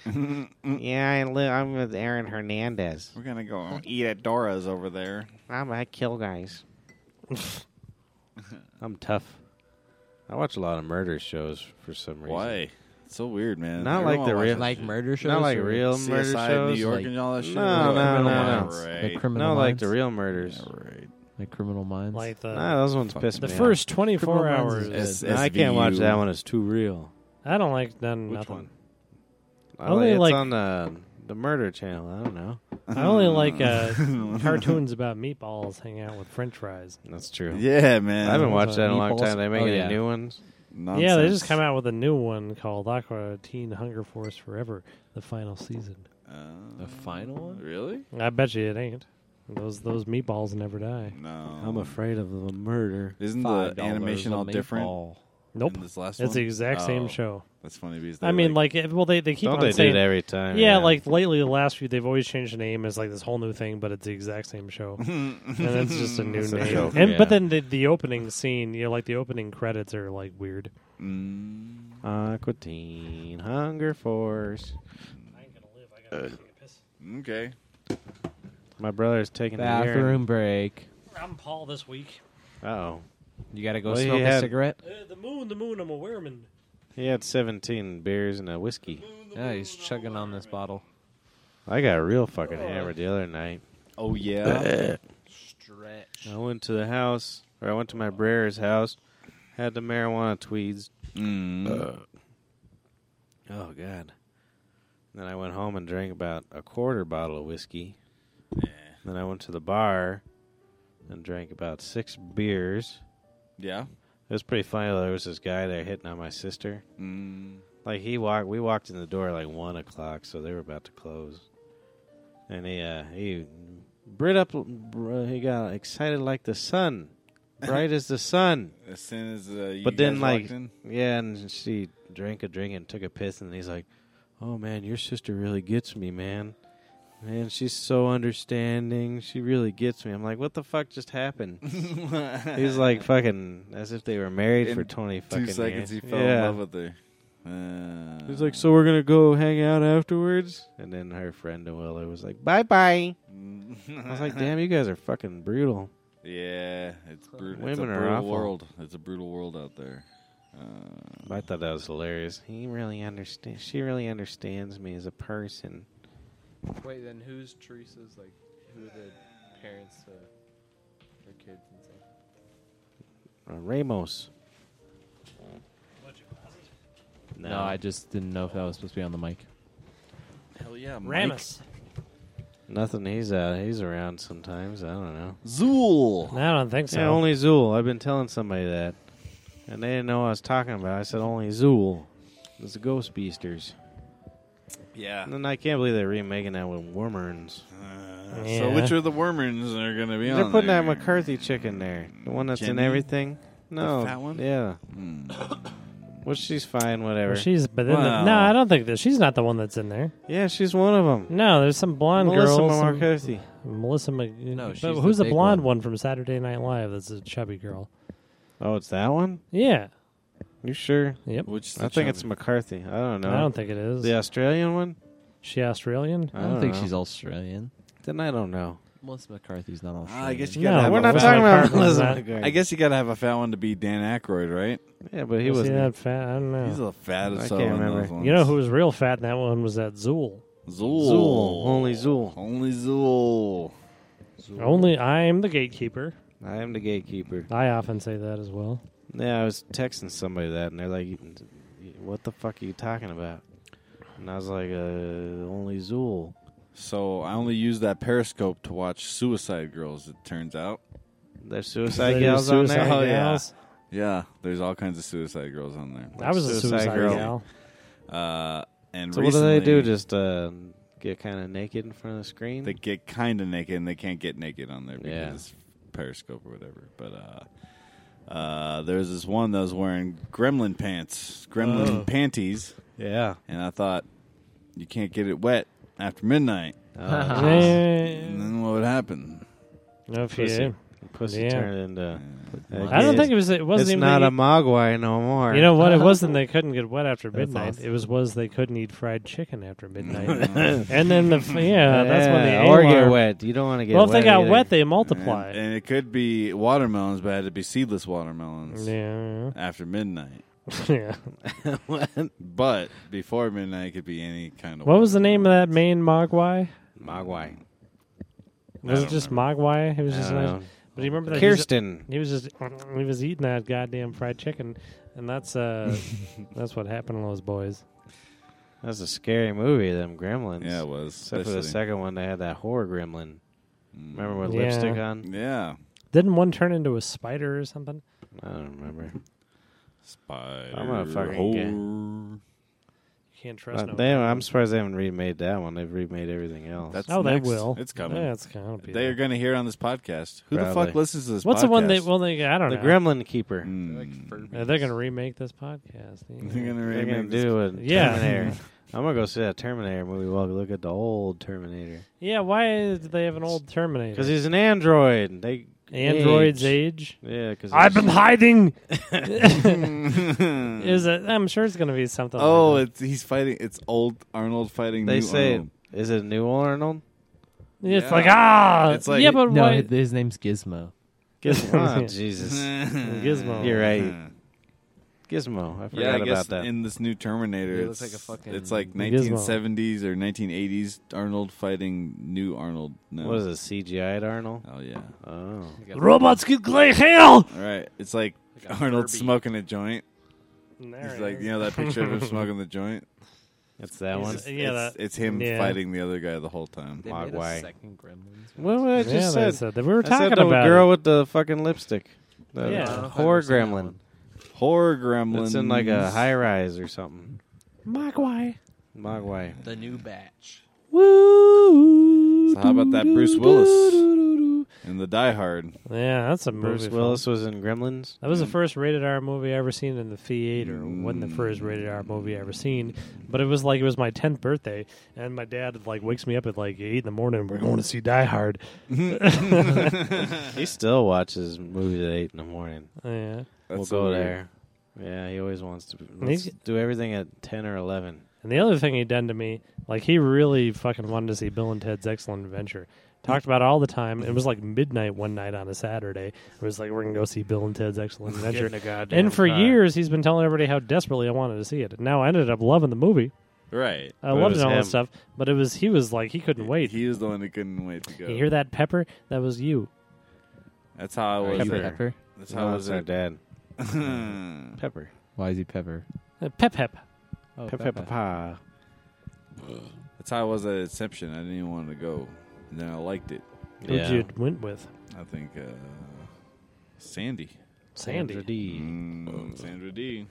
S2: yeah, I live. I'm with Aaron Hernandez.
S3: We're gonna go and eat at Dora's over there.
S2: I'm, I kill guys. I'm tough. I watch a lot of murder shows for some reason.
S3: Why? It's so weird, man.
S2: Not like the
S3: watches
S2: real-
S3: that
S5: Like
S3: shit.
S5: murder shows.
S2: Not like
S5: or-
S2: real
S3: CSI
S2: murder shows.
S3: New York
S5: like-
S3: and all that shit.
S2: No,
S3: Like,
S2: no, no,
S3: criminal
S2: no.
S3: minds.
S5: Like
S3: Right.
S5: criminal
S2: No, like
S5: minds.
S2: the real murders.
S3: Yeah, right.
S5: Like criminal minds.
S4: Like the
S2: Nah, those ones
S3: Fuck.
S2: piss
S4: the
S2: me
S4: first twenty four
S5: Criminal Minds
S4: hours.
S5: is
S3: S-
S5: good.
S2: off. Nah, I can't watch
S3: SVU.
S2: that one. It's too real.
S4: I don't like none.
S2: Which
S4: nothing.
S2: one? I
S4: Only,
S2: like, it's
S4: like-
S2: on the the murder channel. I don't know.
S4: I only like uh, cartoons about meatballs hanging out with French fries.
S2: That's true.
S3: Yeah,
S2: I
S3: man.
S2: haven't watched that in a long
S5: Meatballs?
S2: time. They make
S5: Oh,
S2: any
S5: yeah.
S2: new ones?
S3: Nonsense.
S4: Yeah, they just come out with a new one called Aqua Teen Hunger Force Forever, the final season.
S3: Uh,
S5: The final one?
S3: Really?
S4: I bet you it ain't. Those those meatballs never die.
S3: No.
S5: I'm afraid of the murder.
S3: Isn't the
S5: $5
S3: animation
S5: a
S3: all different?
S5: meatball.
S4: Nope.
S3: This last
S4: It's
S3: one?
S4: the exact
S3: Oh,
S4: same show.
S3: That's funny because
S4: I
S3: they,
S4: mean, like, it- well, they, they keep
S2: Don't
S4: on
S2: they
S4: saying,
S2: do it every time?
S4: yeah, like lately, the last few, they've always changed the name as like this whole new thing, but it's the exact same show, and it's just a new
S2: It's a
S4: name.
S2: joke,
S4: and but
S2: yeah.
S4: then the, the opening scene, you know, like the opening credits are like weird.
S3: Mm,
S2: Aqua Teen Hunger Force.
S4: I ain't gonna live. I gotta take a piss.
S3: okay.
S2: My brother's taking
S5: Bathroom break.
S4: I'm Paul this week.
S2: Uh oh.
S5: You gotta go
S2: Well, he
S5: smoke
S2: had-
S5: a cigarette?
S4: Uh, the moon, the moon. I'm a wearman.
S2: He had 17 beers and a whiskey.
S5: Yeah, he's chugging on this bottle.
S2: I got real fucking hammered the other night.
S3: Oh yeah.
S5: Stretch.
S2: I went to the house, or I went to my brer's house, had the marijuana tweeds.
S3: mm.
S2: Oh, God. Then I went home and drank about a quarter bottle of whiskey.
S3: Yeah.
S2: Then I went to the bar and drank about six beers.
S3: Yeah.
S2: It was pretty funny. though. There was this guy there hitting on my sister.
S3: Mm.
S2: Like he walked, we walked in the door like one o'clock, so they were about to close. And he, uh, he, Brit up, br- he got excited like the sun, bright as the sun.
S3: As soon as uh, you
S2: But then,
S3: guys
S2: like,
S3: walked in,
S2: yeah, and she drank a drink and took a piss, and he's like, "Oh man, your sister really gets me, man. Man, she's so understanding. She really gets me." I'm like, "What the fuck just happened?" he's like, "Fucking," as if they were married
S3: In
S2: for twenty
S3: two
S2: fucking
S3: seconds.
S2: years.
S3: He fell in
S2: Yeah.
S3: love with her. Uh,
S2: He's like, so we're gonna go hang out afterwards, and then her friend Willa was like, bye bye. I was like, damn, you guys are fucking brutal.
S3: Yeah, it's brutal. it's a
S2: Women are
S3: brutal
S2: awful.
S3: world. It's a brutal world out there. Uh,
S2: I thought that was hilarious. He really understands. She really understands me as a person.
S5: Wait, then who's Teresa's, like, who are the parents of her kids and stuff?
S2: Uh, Ramos.
S5: No. I just didn't know if that was supposed to be on the mic.
S3: hell yeah, Mike.
S4: Ramus.
S2: nothing. He's uh, he's around sometimes. I don't know.
S3: Zool.
S4: I don't think so.
S2: Yeah, only Zool. I've been telling somebody that, and they didn't know what I was talking about. I said only Zool. It's the Ghost Beasters.
S3: Yeah.
S2: And then I can't believe they're remaking that with Wormerns.
S3: Uh, So
S4: Yeah.
S3: which are the wormers that are going to be
S2: They're
S3: on
S2: putting
S3: there?
S2: that McCarthy chick in there, the one that's in
S3: Jenny?
S2: everything. No,
S3: fat one?
S2: Yeah,
S3: Hmm.
S2: which she's fine, whatever.
S4: Well, she's but then
S3: Wow.
S4: no, I don't think that she's not the one that's in there.
S2: yeah, she's one of them.
S4: No, there's some blonde
S2: Melissa
S4: girl. some-
S2: McCarthy.
S4: Melissa Mc- but
S5: she's the
S4: who's the,
S5: big
S4: blonde
S5: one.
S4: one. from Saturday Night Live? That's a chubby girl.
S2: Oh, it's that one.
S4: Yeah.
S2: You sure?
S4: Yep.
S3: Which
S2: I think it's McCarthy. I don't know.
S4: I don't think it is.
S2: the Australian one.
S4: She Australian?
S5: I don't think
S2: know.
S5: she's Australian.
S2: Then I don't know.
S5: Melissa McCarthy's not Australian.
S3: I guess you
S4: No,
S3: gotta have
S2: We're
S3: a
S2: not
S3: fat-
S2: talking about
S4: McCarthy.
S2: Melissa.
S4: Not-
S2: McCarthy.
S3: I guess you gotta have a fat one to be Dan Aykroyd, right?
S2: Yeah, but he
S4: Was
S2: was.
S4: he
S2: not
S4: that fat? I don't know.
S3: He's the
S2: I
S3: fattest
S2: can't
S3: of
S2: remember.
S3: those ones.
S4: you know who was real fat in that one was that Zool.
S3: Zool.
S2: Zool. Only Zool.
S3: Only Zool.
S4: Only I'm the gatekeeper.
S2: I am the gatekeeper.
S4: I often say that as well.
S2: Yeah, I was texting somebody that, and they're like, "What the fuck are you talking about?" And I was like, uh, "Only Zool."
S3: So I only used that Periscope to watch Suicide Girls. It turns out.
S2: There's
S4: They
S2: suicide
S4: do
S2: gals on there.
S4: suicide
S3: Oh, yeah.
S4: gals.
S3: Yeah, there's all kinds of Suicide Girls on there.
S4: I was a
S2: Suicide
S4: suicide
S2: girl.
S4: gal.
S3: Uh, and
S2: So what do they do?
S3: recently,
S2: Just uh, get kind of naked in front of the screen?
S3: they get kind of naked and they can't get naked on there
S2: Yeah.
S3: because Periscope or whatever. But uh, uh, there was this one that was wearing gremlin pants,
S2: Oh.
S3: gremlin panties,
S2: yeah.
S3: and I thought you can't get it wet after midnight.
S2: Uh,
S3: And
S4: Eh,
S3: then what would happen?
S4: no
S2: pussy.
S4: fear.
S2: pussy
S4: Yeah.
S2: turned into.
S4: I don't think it was. It
S2: it's,
S4: wasn't even
S2: not
S4: that
S2: a mogwai no more.
S4: You know what? It wasn't they couldn't get wet after
S5: That's
S4: midnight.
S5: awesome.
S4: It was was they couldn't eat fried chicken after midnight. and then the f- yeah, that's when the
S2: Yeah, or get
S4: alarm-
S2: wet. You don't want to get
S4: well, if
S2: wet.
S4: they got
S2: either.
S4: wet, they
S3: And,
S4: multiply.
S3: and it could be watermelons, but it had to be seedless watermelons
S4: yeah,
S3: after midnight.
S4: yeah.
S3: But before midnight, it could be any kind of.
S4: What was the name of that main mogwai?
S2: mogwai.
S4: Was it
S3: don't
S4: just mogwai? It was
S2: I
S4: just
S2: don't
S4: nice.
S2: know.
S4: But do you remember that he was-
S2: Kirsten.
S4: He was just he was eating that goddamn fried chicken, and that's uh that's what happened to those boys.
S2: That's a scary movie, them gremlins.
S3: Yeah, it was.
S2: Except for the
S3: especially-
S2: second one, they had that horror gremlin.
S3: Mm.
S2: Remember with
S4: Yeah.
S2: lipstick on?
S3: Yeah.
S4: Didn't one turn into a spider or something?
S2: I don't remember.
S3: Spider.
S2: fucking
S3: whore.
S4: You can't trust
S2: Uh,
S4: no.
S2: they, I'm surprised they haven't remade that one. They've remade everything else.
S3: That's
S4: Oh, they
S3: next.
S4: will.
S3: It's coming.
S4: Yeah, it's gonna be.
S3: They
S4: there.
S3: are going to hear it on this podcast. Who the
S2: Probably.
S3: fuck listens to this
S4: What's the one they?
S3: podcast?
S4: Well, they. I don't
S2: the
S4: know.
S2: Gremlin Keeper.
S3: Mm.
S4: Uh, they're gonna remake this podcast.
S3: They're
S4: Yeah.
S3: gonna
S2: They're
S3: remake
S2: gonna
S3: this-
S2: do a
S4: Yeah.
S2: Terminator. I'm gonna go see that Terminator movie while we look at the old Terminator
S4: yeah. Why did they have an old Terminator?
S2: because he's an android. They
S4: androids age.
S2: Yeah, because
S4: I've been hiding. Is it? I'm sure it's gonna be something.
S3: Oh,
S4: like
S3: it's he's fighting. It's old Arnold fighting.
S2: They
S3: new
S2: say
S3: Arnold.
S2: is it new Arnold?
S4: that. it's
S3: yeah.
S4: like ah.
S3: It's like-
S4: yeah, but
S5: No,
S4: why?
S5: his name's Gizmo.
S2: Gizmo. oh,
S3: Mm-hmm.
S2: Jesus,
S4: Gizmo.
S2: You're right. Gizmo. I forgot
S3: Yeah, I
S2: about
S3: guess
S2: that.
S3: in this new Terminator,
S5: He looks
S3: it's like a
S5: like a
S3: fucking.
S5: fucking
S3: It's like
S5: Gizmo.
S3: 1970s or 1980s Arnold fighting new Arnold. No.
S2: what is it? CGI'd Arnold?
S3: Oh yeah.
S2: Oh,
S4: Robots can play hell.
S3: All right. It's like
S5: Like a
S3: Arnold
S5: Furby.
S3: smoking a joint.
S4: There
S3: He's
S4: it
S3: like
S4: is.
S3: you know that picture of him smoking the joint.
S2: it's that
S5: He's
S2: one.
S5: just-
S4: Yeah,
S3: it's,
S4: that-
S3: it's him
S4: yeah.
S3: fighting the other guy the whole time.
S5: They
S2: Mogwai.
S5: made a second Gremlins.
S2: What what I just
S4: yeah, they
S2: said?
S4: said that we were
S2: I
S4: talking
S2: said the
S4: about
S2: girl
S4: it.
S2: with the fucking lipstick. The
S4: Yeah.
S5: I don't know if I've
S2: horror
S5: ever seen that
S2: gremlin.
S5: one.
S3: Horror gremlin.
S2: That's in like a high rise or something.
S4: Mogwai.
S2: Mogwai.
S5: The new batch.
S4: Woo!
S3: So how about that Bruce Willis and the Die Hard?
S4: Yeah, that's a movie.
S2: Bruce Willis was in Gremlins.
S4: That was the first rated R movie I ever seen in the theater. It wasn't the first rated R movie I ever seen, but it was like it was my tenth birthday, and my dad like wakes me up at like eight in the morning. We're going to see Die Hard.
S2: He still watches movies at eight in the morning.
S4: Oh, Yeah,
S2: we'll
S3: That's so
S2: go
S3: weird.
S2: there. Yeah, he always wants to let's
S4: He's-
S2: do everything at ten or eleven.
S4: and the other thing he done to me, like he really fucking wanted to see Bill and Ted's Excellent Adventure. Talked about it all the time. It was like midnight one night on a Saturday. It was like we're gonna go see Bill and Ted's Excellent Adventure. and for years, he's been telling everybody how desperately I wanted to see it. And now I ended up loving the movie.
S3: Right.
S2: But
S4: I
S2: it
S4: loved
S2: was
S4: it and all
S2: him.
S4: that stuff, but it was he was like he couldn't wait.
S3: He was the one that couldn't wait to go.
S4: You hear that, Pepper? That was you.
S3: That's how I was.
S5: Pepper.
S3: there.
S5: Pepper.
S3: That's how I
S2: No,
S3: was.
S2: that's our
S3: there.
S2: dad. Pepper.
S5: Why is he Pepper?
S4: Uh, Pep Pep.
S5: Oh,
S2: Pepper Papa.
S3: That's how I was at Inception. I didn't even want to go. And then I liked it.
S4: Who'd you went with?
S3: I think uh, Sandy.
S4: Sandy.
S2: Sandra D.
S3: Mm, Sandra D.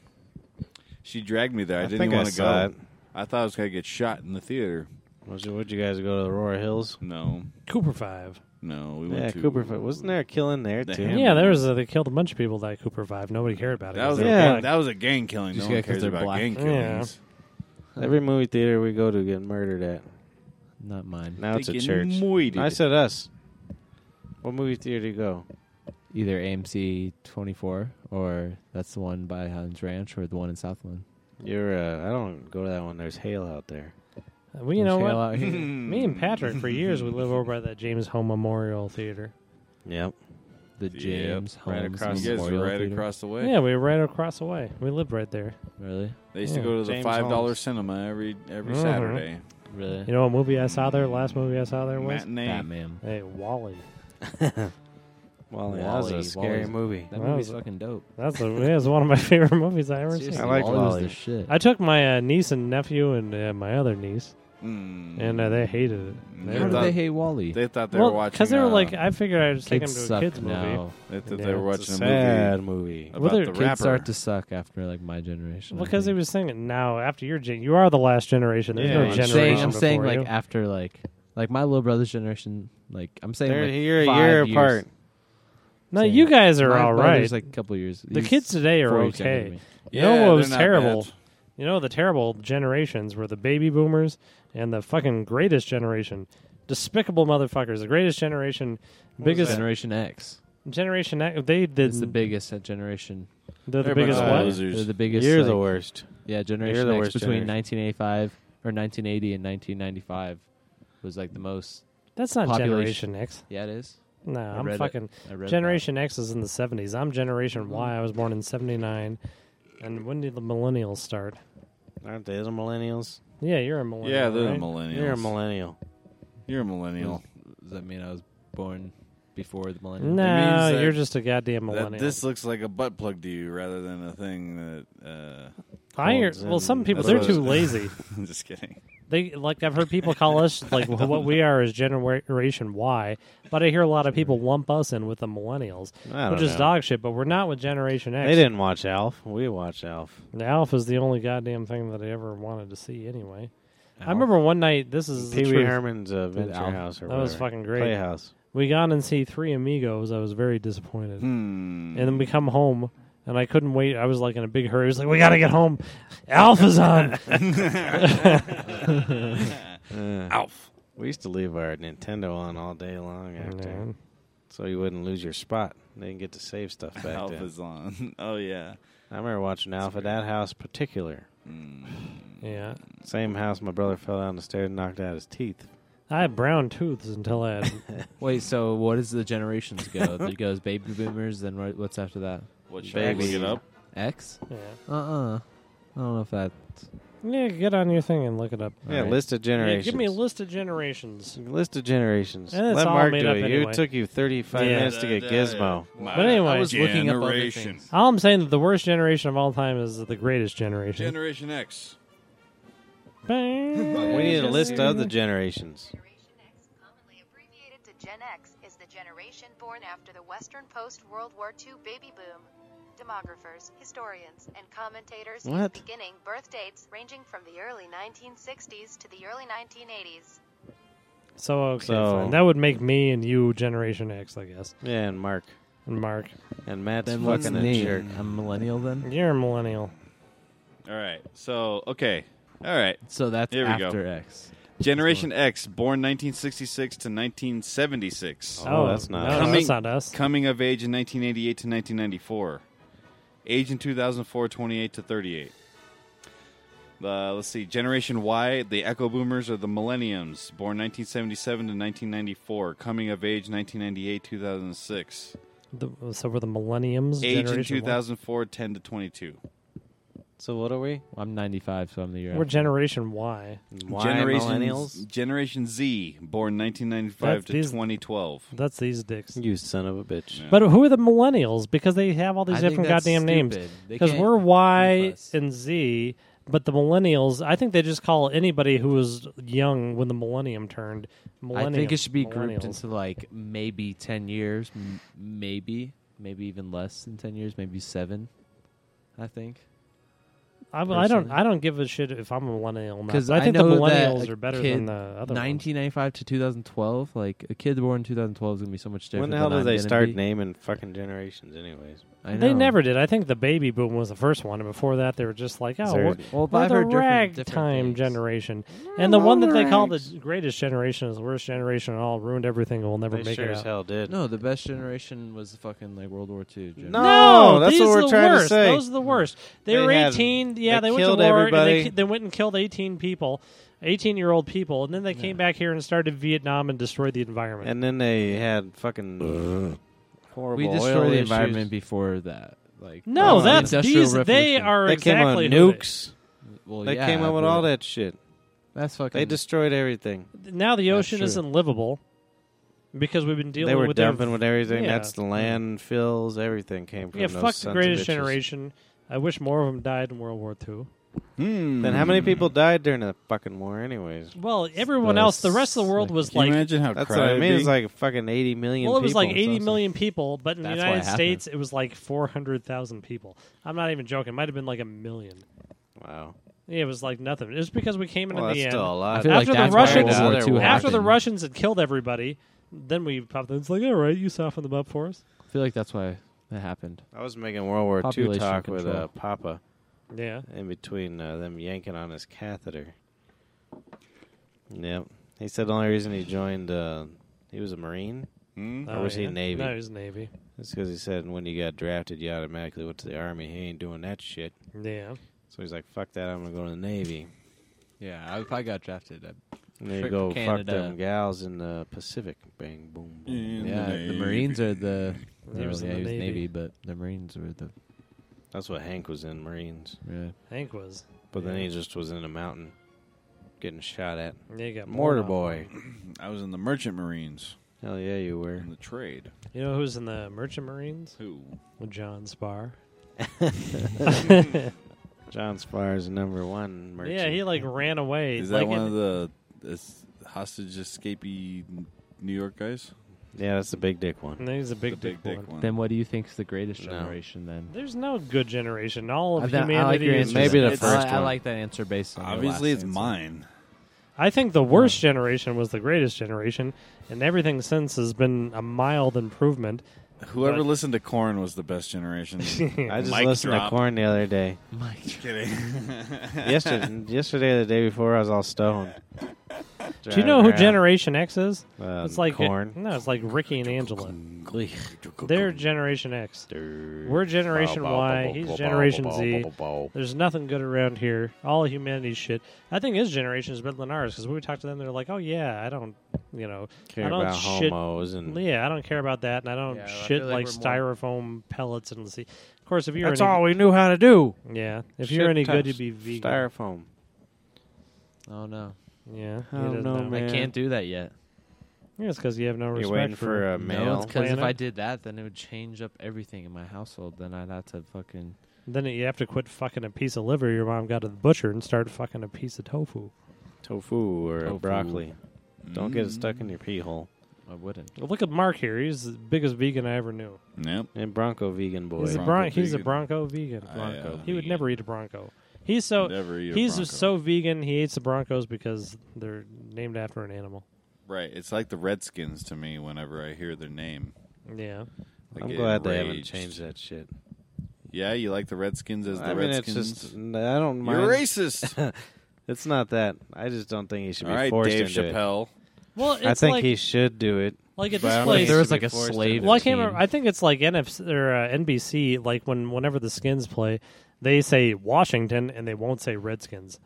S3: She dragged me there. I,
S2: I
S3: didn't
S2: think I
S3: want to go.
S2: saw it.
S3: I thought I was gonna get shot in the theater.
S2: Was it, would you guys go to Aurora Hills?
S3: No,
S4: Cooper Five.
S3: no. We
S2: yeah,
S3: went to
S2: Cooper. Wasn't there a killing there
S3: The
S2: too?
S3: Yeah,
S4: Yeah, there was a, they killed a bunch of people that Cooper Five. Nobody cared about it.
S3: That was a,
S4: They were
S2: Yeah.
S3: that was a gang killing.
S5: Just
S3: no one
S5: because
S3: cares
S5: they're
S3: about
S5: black.
S3: gang killings.
S2: Every movie theater we go to get murdered at.
S5: Not mine.
S2: Now it's
S3: They
S2: a
S3: get
S2: church.
S3: moited.
S2: I said us. What movie theater do you go?
S5: Either AMC 24 or that's the one by Hans Ranch or the one in Southland.
S2: You're. Uh, I don't go to that one. There's hail out there.
S4: black. Well, you know
S5: There's hail
S4: what?
S5: out here.
S4: Me and Patrick, for years, we live over by that James Home Memorial Theater.
S2: Yep.
S5: the
S3: Yep,
S5: James
S2: right
S5: Holmes
S2: across-
S3: You guys were
S5: Memorial
S3: right
S5: Theater.
S3: across the way.
S4: Yeah, we were right across the way. We lived right there.
S5: Really?
S3: They used
S4: Yeah.
S3: to go to the
S2: James
S3: five dollar
S2: Holmes.
S3: cinema every every
S4: Mhm.
S3: Saturday.
S5: Really?
S4: You know what movie I saw there? Last movie I saw there was
S3: Matinee.
S5: Batman.
S4: Hey Wally.
S2: Well, that was a
S5: Wally-
S2: scary
S5: Wally's-
S2: movie.
S5: That
S4: That
S5: movie's
S4: was-
S5: fucking dope.
S4: That's a, yeah, it's one of my favorite movies I ever
S5: Seriously,
S4: seen.
S2: I like
S5: Wally was
S2: Wally.
S5: the shit.
S4: I took my uh, niece and nephew and uh, my other niece,
S3: Mm.
S4: and uh, they hated
S5: How
S4: it.
S3: They were
S5: did
S3: Mm, thought-
S5: they hate Wally?
S3: they thought they were
S4: well,
S3: watching.
S4: because they were
S3: uh,
S4: like, I figured I'd just take them
S5: kids
S4: to a
S5: suck
S4: kids movie.
S5: now.
S3: they thought
S4: Yeah,
S3: they were
S4: it's
S3: watching a
S2: sad
S3: movie
S2: movie.
S3: about
S4: Well, they're
S3: the
S4: kids
S3: rapper.
S5: Kids start to suck after like my generation. I
S4: Because he
S5: think.
S4: was saying now after your gen, you are the last generation. There's
S2: Yeah,
S4: no
S2: I'm
S4: generation.
S5: saying, I'm
S4: before
S5: saying
S4: you.
S5: like after like like my little brother's generation. Like I'm saying
S2: They're
S5: like
S2: here a
S5: five
S2: year
S5: years.
S2: apart.
S4: no,
S5: saying-
S4: you guys are
S5: my
S4: all right.
S5: brother's, Like a couple years.
S4: the
S5: he's
S4: kids today are
S5: four years younger than
S4: okay.
S5: me.
S4: You
S3: Yeah,
S4: know
S3: they're
S4: what was
S3: not
S4: terrible?
S3: bad.
S4: You know the terrible generations were the baby boomers and the fucking greatest generation, despicable motherfuckers. The greatest generation, biggest
S5: Generation X.
S4: generation. that- They did
S5: It's the biggest at generation.
S4: They're the
S3: They're a bunch
S4: biggest
S3: of
S4: what?
S3: losers.
S5: They're the biggest.
S2: You're the
S5: like-
S2: worst.
S5: Yeah, generation
S2: the
S5: X
S2: worst
S5: between
S2: generation.
S5: 1985 or 1980 and 1995 was like the most.
S4: That's not
S5: population.
S4: Generation X.
S5: Yeah, it is.
S4: No,
S5: I
S4: I'm
S5: read it.
S4: fucking.
S5: I read
S4: Generation X is in the 70s. I'm Generation Y. I was born in 79. And when did the millennials start?
S2: Aren't they the millennials?
S4: Yeah, you're a millennial.
S3: Yeah, they're
S4: right?
S3: the millennials.
S2: You're a millennial.
S3: You're a millennial.
S5: That. Does that mean I was born before the millennium?
S3: means
S4: No,
S3: that-
S4: you're just a goddamn
S3: That,
S4: millennial.
S3: this looks like a butt plug to you rather than a thing that. Uh,
S4: Iron.
S2: ones
S4: Well, some
S2: and-
S4: people
S3: That's
S4: they're
S3: what-
S4: too lazy.
S3: I'm just kidding.
S4: They like I've heard people call us like what we are is Generation Y, but I hear a lot of people lump us in with the Millennials,
S2: I don't
S4: which is
S2: know.
S4: dog shit. But we're not with Generation X.
S2: They didn't watch Alf. We watch Alf.
S4: The Alf is the only goddamn thing that I ever wanted to see anyway. I remember one night. This is the
S2: Pee Wee
S4: truth.
S2: Herman's uh, Venture
S5: Alf.
S2: House or
S4: That was
S2: whatever.
S4: fucking great.
S2: Playhouse.
S4: We got and see Three Amigos. I was very disappointed.
S2: Mm.
S4: And
S3: Hmm.
S4: then we come home, and I couldn't wait. I was like in a big hurry. I was like, "We gotta get home. Alf is on."
S3: Alf.
S2: We used to leave our Nintendo on all day long after,
S4: Man.
S2: so you wouldn't lose your spot. They didn't get to save stuff back
S3: Alf
S2: then.
S3: is on. Oh yeah.
S2: I remember watching Alf at that house particular.
S3: Hmm.
S4: Yeah,
S2: Same house my brother fell down the stairs and knocked out his teeth.
S4: I had brown tooths until I had
S5: Wait, so what does the generations go? it goes baby boomers, then what- what's after that?
S3: What should
S2: Baby.
S3: I look it up?
S5: X?
S4: Yeah.
S5: Uh uh I don't know if that.
S4: Yeah, get on your thing and look it up.
S2: yeah,
S5: Alright.
S2: list of
S4: Yeah,
S2: generations.
S4: give me a list of generations.
S2: List of generations.
S4: And it's
S2: Let
S4: all
S2: Mark
S4: made
S2: do
S4: up
S2: it. You
S4: anyway.
S2: took you 35
S4: Yeah.
S2: minutes to get Gizmo.
S4: But anyway,
S5: I was looking up other
S3: Generation.
S5: things.
S4: All I'm saying that the worst generation of all time is the greatest generation.
S3: Generation X.
S4: Bang.
S2: We need a list of the generations.
S7: Generation X, commonly abbreviated to Gen X, is the generation born after the Western post World War II baby boom. Demographers, historians, and commentators use
S2: What?
S7: beginning birth dates ranging from the early 1960s to the early 1980s.
S4: so okay,
S2: So-
S4: fine. that would make me and you Generation X, I guess.
S2: Yeah, and Mark.
S4: And Mark,
S2: And Matt's
S5: Then what's
S2: fucking a
S5: me?
S2: jerk.
S5: I'm millennial then?
S4: you're a millennial.
S3: All right. So okay. All right.
S5: So that's
S3: Here we go.
S5: after X.
S3: Generation X, born 1966 to 1976.
S2: Oh, that's not
S4: no,
S2: us.
S4: no,
S3: Coming-
S4: that's not us.
S3: Coming of age in 1988 to 1994. Age in 2004, 28 to 38. Uh, let's see. Generation Y, the Echo Boomers are the Millenniums, born 1977 to 1994. Coming of age 1998, 2006.
S4: The- so we're the millenniums.
S3: Age in
S4: generation one.
S3: 2004, 10 to 22.
S2: So what are we?
S5: I'm 95, so I'm the year.
S4: We're
S5: after.
S4: Generation Y.
S2: Why
S3: Generation
S2: millennials?
S3: Generation Z, born 1995
S4: That's
S3: to
S4: these-
S3: 2012.
S4: That's these dicks.
S2: You son of a bitch.
S3: Yeah.
S4: But who are the millennials? Because they have all these
S5: I think
S4: different
S5: that's
S4: goddamn names.
S5: stupid. They
S4: Because
S5: can't
S4: we're Y
S5: group us.
S4: and Z, but the millennials, I think they just call anybody who was young when the millennium turned.
S5: I
S4: Millennium,
S5: think it should be grouped
S4: millennials.
S5: into like maybe 10 years, m- maybe, maybe even less than 10 years, maybe seven, I think.
S4: I, I don't.
S5: person.
S4: I don't give a shit if I'm a millennial. Because
S5: Because
S4: I
S5: I
S4: think the
S5: know that
S4: millennials
S5: a
S4: are better
S5: kid
S4: than the other. ones.
S5: 1995 to 2012, like a kid born in 2012 is going to be so much different.
S2: When the hell
S5: than
S2: did
S5: I'm
S2: they
S5: gonna
S2: start
S5: be.
S2: naming fucking generations, anyways?
S5: I
S4: They
S5: know.
S4: never did. I think the baby boom was the first one, and before that, they were just like, "Oh,
S2: there-
S4: we're,
S5: Well, but
S4: we're
S5: I've
S4: the
S5: heard different, different
S4: ragtime
S5: things.
S4: generation." And the one that they call the greatest generation is the worst generation and all. Ruined everything. and We'll never
S2: They
S4: make
S2: sure
S4: it
S2: as
S4: out.
S2: hell did.
S5: No, the best generation was fucking like World War II. Generation.
S2: No, Oh, that's
S4: these
S2: what
S4: are
S2: we're
S4: the
S2: trying to
S4: worst.
S2: say.
S4: Those are the worst. They,
S2: They
S4: were
S2: had-
S4: 18. Yeah,
S2: they
S4: they, went to
S2: killed
S4: war. and
S2: everybody.
S4: They, ki- they went and killed 18 people, 18 year old people, and then they came back here and started Vietnam and destroyed the environment.
S2: And then they had fucking horrible
S5: we
S2: oil
S5: destroyed the
S2: issues.
S5: environment before that. Like
S4: no,
S2: Well, the
S4: that's
S5: Oh, Industrial
S4: these. They
S5: Revolution.
S4: are
S2: They
S4: exactly
S2: came
S4: who
S2: on
S4: they-
S2: nukes.
S5: Well,
S2: They
S5: yeah,
S2: came up with
S5: but
S2: all that shit.
S5: That's fucking.
S2: They destroyed everything.
S4: now the
S5: That's
S4: ocean
S5: true.
S4: isn't livable because we've been dealing
S2: They were
S4: with
S2: dumping
S4: their,
S2: with everything.
S4: yeah.
S2: That's the landfills. Everything came from
S4: yeah,
S2: those
S4: fuck
S2: sons
S4: the
S2: of
S4: greatest
S2: bitches.
S4: generation. I wish more of them died in World War II.
S3: Hmm.
S2: Then how many people died during the fucking war, anyways?
S4: Well, everyone
S5: Mm. the
S4: else, the rest of the world
S5: sick-
S4: was
S3: Can you
S4: like
S3: imagine how
S2: That's
S3: cry
S2: what I
S3: it'd
S2: mean.
S3: be?
S2: It's like fucking eighty million.
S4: Well, it was like
S2: people.
S4: 80
S2: So-
S4: million people, but in the
S5: That's why it
S4: United
S5: happened.
S4: States, it was like 400,000 people. I'm not even joking. It might have been like a million.
S2: Wow.
S4: Yeah, It was like nothing. It was because we came in
S2: Well,
S4: at
S2: that's
S4: the end.
S2: still a lot.
S5: I feel
S4: After
S5: like
S4: the
S5: that's
S4: Russians-
S5: why World War II
S4: After the
S5: happened.
S4: Russians had killed everybody, then we popped in. It's like, all right, you soften them up for us.
S5: I feel like that's why that happened.
S2: I was making World War II
S5: Population
S2: talk with uh,
S5: control.
S2: Papa
S4: Yeah.
S2: in between uh, them yanking on his catheter. Yep. He said the only reason he joined, uh, he was a Marine.
S3: Hmm?
S2: Or was he
S4: Oh, yeah.
S2: Navy?
S4: No, he was Navy.
S2: That's because he said when you got drafted, you automatically went to the Army. He ain't doing that shit.
S4: Yeah.
S2: So he's like, fuck that, I'm going to go to the Navy.
S5: Yeah, if I got drafted, I'd,
S2: And there you
S5: Trip
S2: go,
S5: to
S2: fuck
S5: Canada.
S2: them gals in the Pacific. Bang, boom, boom.
S5: yeah, the Marines are the.
S4: Oh, He was in
S5: yeah,
S4: the
S5: he was
S4: Navy.
S5: Navy, but the Marines were the.
S2: That's what Hank was in, Marines.
S5: Yeah.
S4: Hank was.
S2: But then he just was in a mountain getting shot at.
S4: Yeah, he got
S2: Mortar
S4: blown up.
S2: boy.
S3: I was in the Merchant Marines
S2: Hell yeah, you were.
S3: in the trade.
S4: You know who's in the Merchant Marines?
S3: Who?
S4: John Spar.
S2: John Spire's number one merchant.
S4: Yeah, he like ran away.
S3: Is
S4: like
S3: that one
S4: in-
S3: of the this hostage escapee New York guys?
S2: Yeah, that's the big dick one.
S4: I think he's a big,
S3: the
S4: dick,
S3: big dick
S4: one.
S3: one.
S5: Then what do you think's the greatest
S2: No.
S5: generation then?
S4: There's no good generation. All of
S5: I, th-
S4: humanity
S5: I like your
S4: is
S5: answer.
S2: Maybe the
S5: It's-
S2: first
S5: I, I
S2: one.
S5: like that answer based on your
S3: Obviously,
S5: last
S3: it's
S5: answer.
S3: mine.
S4: I think the worst generation was the greatest generation, and everything since has been a mild improvement.
S3: Whoever
S4: But-
S3: listened to Corn was the best generation.
S2: I just
S3: Mic
S2: listened
S3: drop.
S2: to Corn the other day.
S5: Mike,
S3: kidding.
S2: yesterday, yesterday, or the day before, I was all stoned.
S4: Do you know who Generation X is?
S5: Um,
S2: Uh,
S4: It's like
S2: Corn.
S4: no, it's like Ricky and Angela. They're Generation X. We're Generation Y. He's Generation Z. There's nothing good around here. All of humanity's shit. I think his generation is better than ours because when we talk to them, they're like, "Oh yeah, I don't, you know,
S2: Care
S4: I don't
S2: about
S4: shit-
S2: homos and
S4: yeah, I don't care about that, and I don't
S5: Yeah, I
S4: shit
S5: feel like
S4: like,
S5: we're
S4: styrofoam pellets and the sea." Of course, if you're
S2: that's
S4: any,
S2: all we knew how to do.
S4: yeah, if
S2: Shit
S4: you're any good,
S2: tons.
S4: you'd be vegan.
S2: Styrofoam.
S5: oh no,
S4: yeah,
S2: I
S4: he
S2: don't
S4: doesn't
S2: know, man.
S5: I can't do that yet.
S4: Yeah, it's because you have no
S2: You're
S4: respect
S2: waiting for a
S5: No,
S2: male.
S5: it's because if
S4: Planet.
S5: I did that, then it would change up everything in my household. Then I'd have to fucking.
S4: Then you have to quit fucking a piece of liver your mom got at the butcher and start fucking a piece of tofu.
S2: tofu or
S5: Tofu.
S2: broccoli. Don't get it
S3: Mm,
S2: stuck in your pee hole.
S5: I wouldn't.
S4: Well, Look at Mark here. He's the biggest vegan I ever knew.
S3: Yep.
S2: And Bronco vegan boy.
S4: He's a,
S3: Bronco
S4: bron- he's a
S3: vegan.
S4: Bronco vegan.
S3: I, uh,
S4: he would never eat a Bronco. He's so
S3: Never eat a
S4: he's
S3: Bronco.
S4: so vegan. He hates the Broncos because they're named after an animal.
S3: right. It's like the Redskins to me. Whenever I hear their name,
S4: Yeah,
S3: Like,
S2: I'm
S3: get
S2: glad they haven't
S3: enraged.
S2: changed that shit.
S3: Yeah, you like the Redskins as the
S2: I mean,
S3: Redskins.
S2: it's just n- I don't mind.
S3: You're racist.
S2: It's not that. I just don't think he should
S3: All
S2: be
S3: right,
S2: forced
S3: Dave
S2: into it.
S3: Chappelle.
S4: well, it's
S2: I think
S4: like,
S2: he should do it.
S4: like at
S2: but I
S4: this
S2: don't think
S4: place.
S2: he
S5: There was
S2: should
S5: like
S2: be
S5: a
S2: forced
S5: slave
S2: into it.
S4: well, I can't
S5: team.
S4: remember. I think it's like NFC or uh, NBC. Like when whenever the Skins play, they say Washington and they won't say Redskins.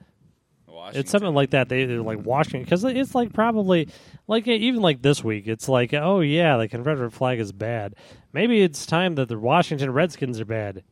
S4: It's something like that. They, they're like Washington because it's like probably like e, even like this week. It's like oh yeah, the Confederate flag is bad. Maybe it's time that the Washington Redskins are bad.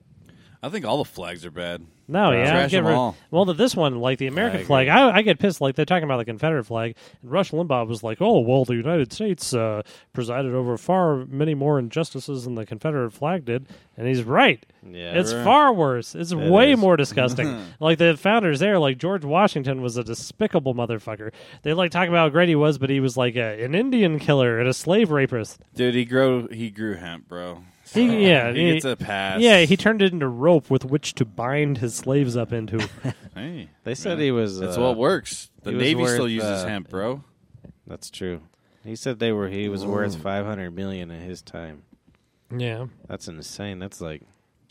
S3: I think all the flags are bad.
S4: No, yeah,
S3: Trash
S4: get
S3: them
S4: rid-
S3: all.
S4: Well, that this one, like the American
S2: agree.
S4: flag, I, I get pissed. Like they're talking about the Confederate flag, and Rush Limbaugh was like, "Oh, well, the United States uh, presided over far many more injustices than the Confederate flag did," and he's right.
S2: Yeah,
S4: It's far worse. It's way
S2: is.
S4: more disgusting. like the founders there, like George Washington was a despicable motherfucker. They like talk about how great he was, but he was like a, an Indian killer and a slave rapist.
S3: Dude, he grew he grew hemp, bro. So
S4: He- yeah,
S3: he
S4: he-
S3: gets a pass.
S4: Yeah, he turned it into rope with which to bind his slaves up into.
S3: Hey,
S2: They said he was.
S3: that's
S2: uh,
S3: what works. The
S2: he was
S3: Navy still
S2: worth,
S3: uses
S2: uh,
S3: hemp, bro.
S2: That's true. He said they were. He was worth 500 million at his time.
S4: yeah,
S2: That's insane. That's like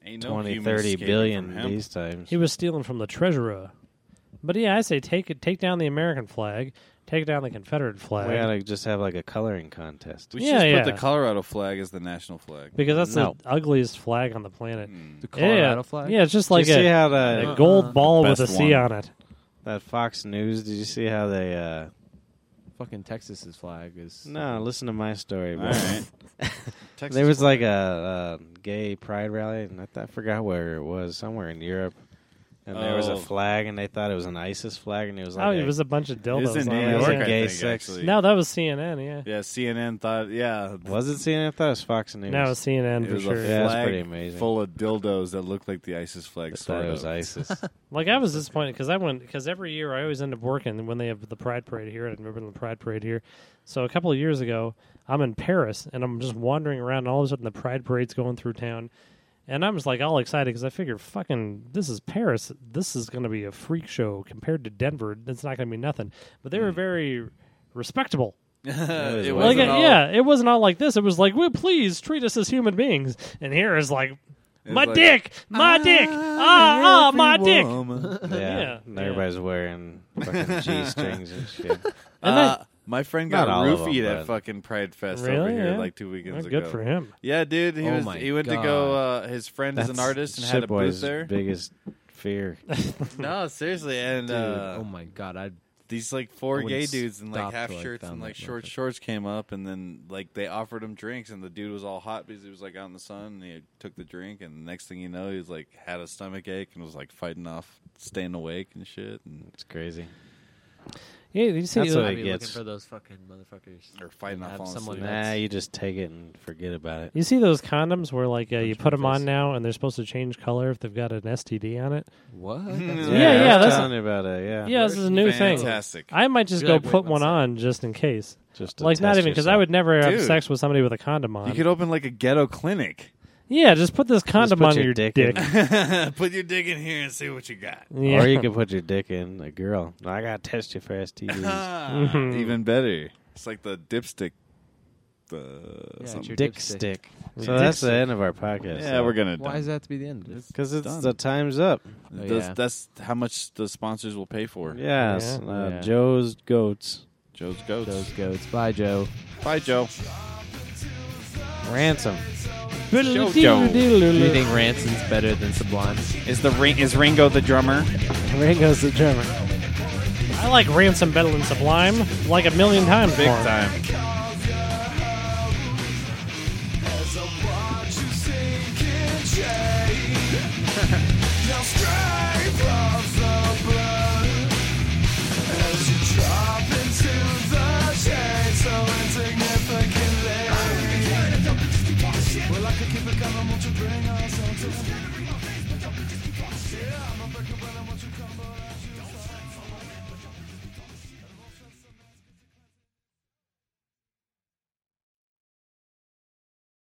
S3: Ain't no
S2: twenty,
S3: human
S2: thirty
S3: escaping
S2: billion 20,
S3: from
S2: 30 billion
S3: hemp.
S2: these times.
S4: he was stealing from the treasurer. But yeah, I say take it, take down the American flag, take down the Confederate
S2: We
S4: flag.
S2: gotta just have like a coloring contest.
S3: We
S4: Yeah,
S3: should
S4: yeah.
S3: just put the Colorado flag as the national flag. Hmm.
S4: because that's
S2: No.
S4: the ugliest flag on the planet.
S5: The Colorado flag.
S4: Yeah, it's just
S2: Did
S4: like
S2: you see
S4: a,
S2: how uh,
S4: a
S2: the,
S5: Uh-uh.
S4: gold ball with a
S3: Best
S4: C
S3: one.
S4: on it.
S2: that Fox News? Did you see how they? uh
S5: Fucking Texas's flag is.
S2: No, listen to my story.
S3: All
S2: bro.
S3: right. Texas
S2: There was like a, a gay pride rally, and I, th- I forgot where it was, somewhere in Europe. And there was a
S3: Oh.
S2: flag, and they thought it was an ISIS flag, and it was like
S4: oh,
S2: a,
S4: it was a bunch of dildos.
S3: It's in
S4: on
S3: New
S4: it.
S2: York,
S4: Yeah.
S3: I
S2: Gay
S3: think,
S2: sex.
S3: actually.
S4: No, that was CNN. Yeah,
S3: Yeah, CNN thought. Yeah,
S2: was it CNN? I thought it was Fox News.
S4: no, it was CNN
S3: it
S4: for
S3: was
S4: sure.
S3: a
S2: Yeah, it's
S3: flag
S2: pretty amazing.
S3: full of dildos that looked like the ISIS
S2: I
S3: flag.
S2: thought
S3: sort
S2: it
S3: of.
S2: was ISIS.
S4: Like I was disappointed because I went because every year I always end up working when they have the Pride Parade here. I remember the Pride Parade here. So a couple of years ago, I'm in Paris and I'm just wandering around. And all of a sudden, the Pride Parade's going through town, and I'm just like all excited because I figure, fucking, this is Paris. This is going to be a freak show compared to Denver. It's not going to be nothing. But they were very respectable.
S2: was Like,
S4: Like
S3: it
S4: uh,
S3: wasn't all-
S4: yeah, it wasn't all like this. It was like, well, please treat us as human beings. And here is like.
S3: It's
S4: My
S3: like,
S4: dick, my dick, ah, ah, my dick.
S2: yeah,
S4: Yeah,
S2: and
S4: yeah.
S2: everybody's wearing fucking g strings and shit.
S4: And
S3: Uh, my friend got
S2: Not all of them,
S3: roofied at
S2: but-
S3: fucking Pride Fest over
S4: Really?
S3: here
S4: Yeah.
S3: like two weekends
S4: Well,
S3: ago.
S4: good for him.
S3: Yeah, dude, he
S5: Oh
S3: was
S5: my
S3: he went to go. Uh, his friend is an artist and had a booth
S2: Shitboy's
S3: there.
S2: biggest fear.
S3: No, seriously, and
S5: Dude,
S3: uh,
S5: oh my god! I
S3: these like four
S5: I
S3: gay
S5: wouldn't
S3: dudes in like
S5: stop
S3: half
S5: till I
S3: shirts
S5: found
S3: and
S5: that
S3: like short
S5: motherfucker.
S3: shorts came up, and then like they offered him drinks, and the dude was all hot because he was like out in the sun, and he took the drink, and the next thing you know, he was like had a stomach ache and was like fighting off staying awake and shit. And
S2: It's crazy.
S4: Yeah, you say
S2: That's
S5: I'll
S2: what
S5: be
S2: it
S5: looking
S2: gets.
S5: for those fucking motherfuckers.
S3: Or fighting off
S5: Have
S3: falling
S5: someone
S3: asleep.
S5: that-
S2: Nah,
S5: that's-
S2: you just take it and forget about it.
S4: You see those condoms where like uh, you
S5: Punch
S4: put
S5: in the
S4: them on
S5: face.
S4: now and they're supposed to change color if they've got an STD on it?
S5: What?
S3: Yeah,
S4: yeah,
S2: I was
S4: that's-
S2: telling you about it. Yeah,
S4: Yeah, this is a new thing.
S3: Fantastic.
S4: I might just
S5: You're
S4: go
S5: like, wait,
S4: put
S5: what's
S4: one
S5: that?
S4: on just in case.
S2: just to
S4: Like not
S2: test
S4: even because I
S2: yourself.
S4: would never have
S3: Dude.
S4: sex with somebody with a condom on.
S3: You could open like a ghetto clinic.
S4: yeah, just put this condom
S2: put
S4: on
S2: your
S4: your
S2: dick
S4: dick.
S2: in.
S3: Put your dick in here and see what you got.
S4: yeah.
S2: Or you could put your dick in a girl. No, I gotta test you for STDs.
S3: Mm-hmm.
S4: Mhm.
S3: uh, Even better. It's like the dipstick. The
S5: Yeah, it's
S3: something.
S5: your
S2: dick
S5: dipstick.
S2: stick.
S5: Yeah.
S2: So that's the end of our podcast.
S3: yeah, we're gonna.
S5: Why is that to be the end of this?
S2: because it's
S3: done.
S2: the time's up.
S5: Oh,
S3: That's,
S5: yeah.
S3: that's how much the sponsors will pay for.
S2: Yes,
S4: Yeah.
S2: Uh,
S5: Yeah.
S2: Joe's goats,
S3: Joe's goats.
S5: Those goats. Bye, Joe.
S3: Bye, Joe.
S2: ransom.
S5: Do you think Ransom's better than Sublime?
S3: Is the ring? Is Ringo the drummer?
S4: Ringo's the drummer. I like Ransom better than Sublime, like a million times
S3: Big
S4: more.
S3: time.
S8: Well, I could keep it coming, won't you bring us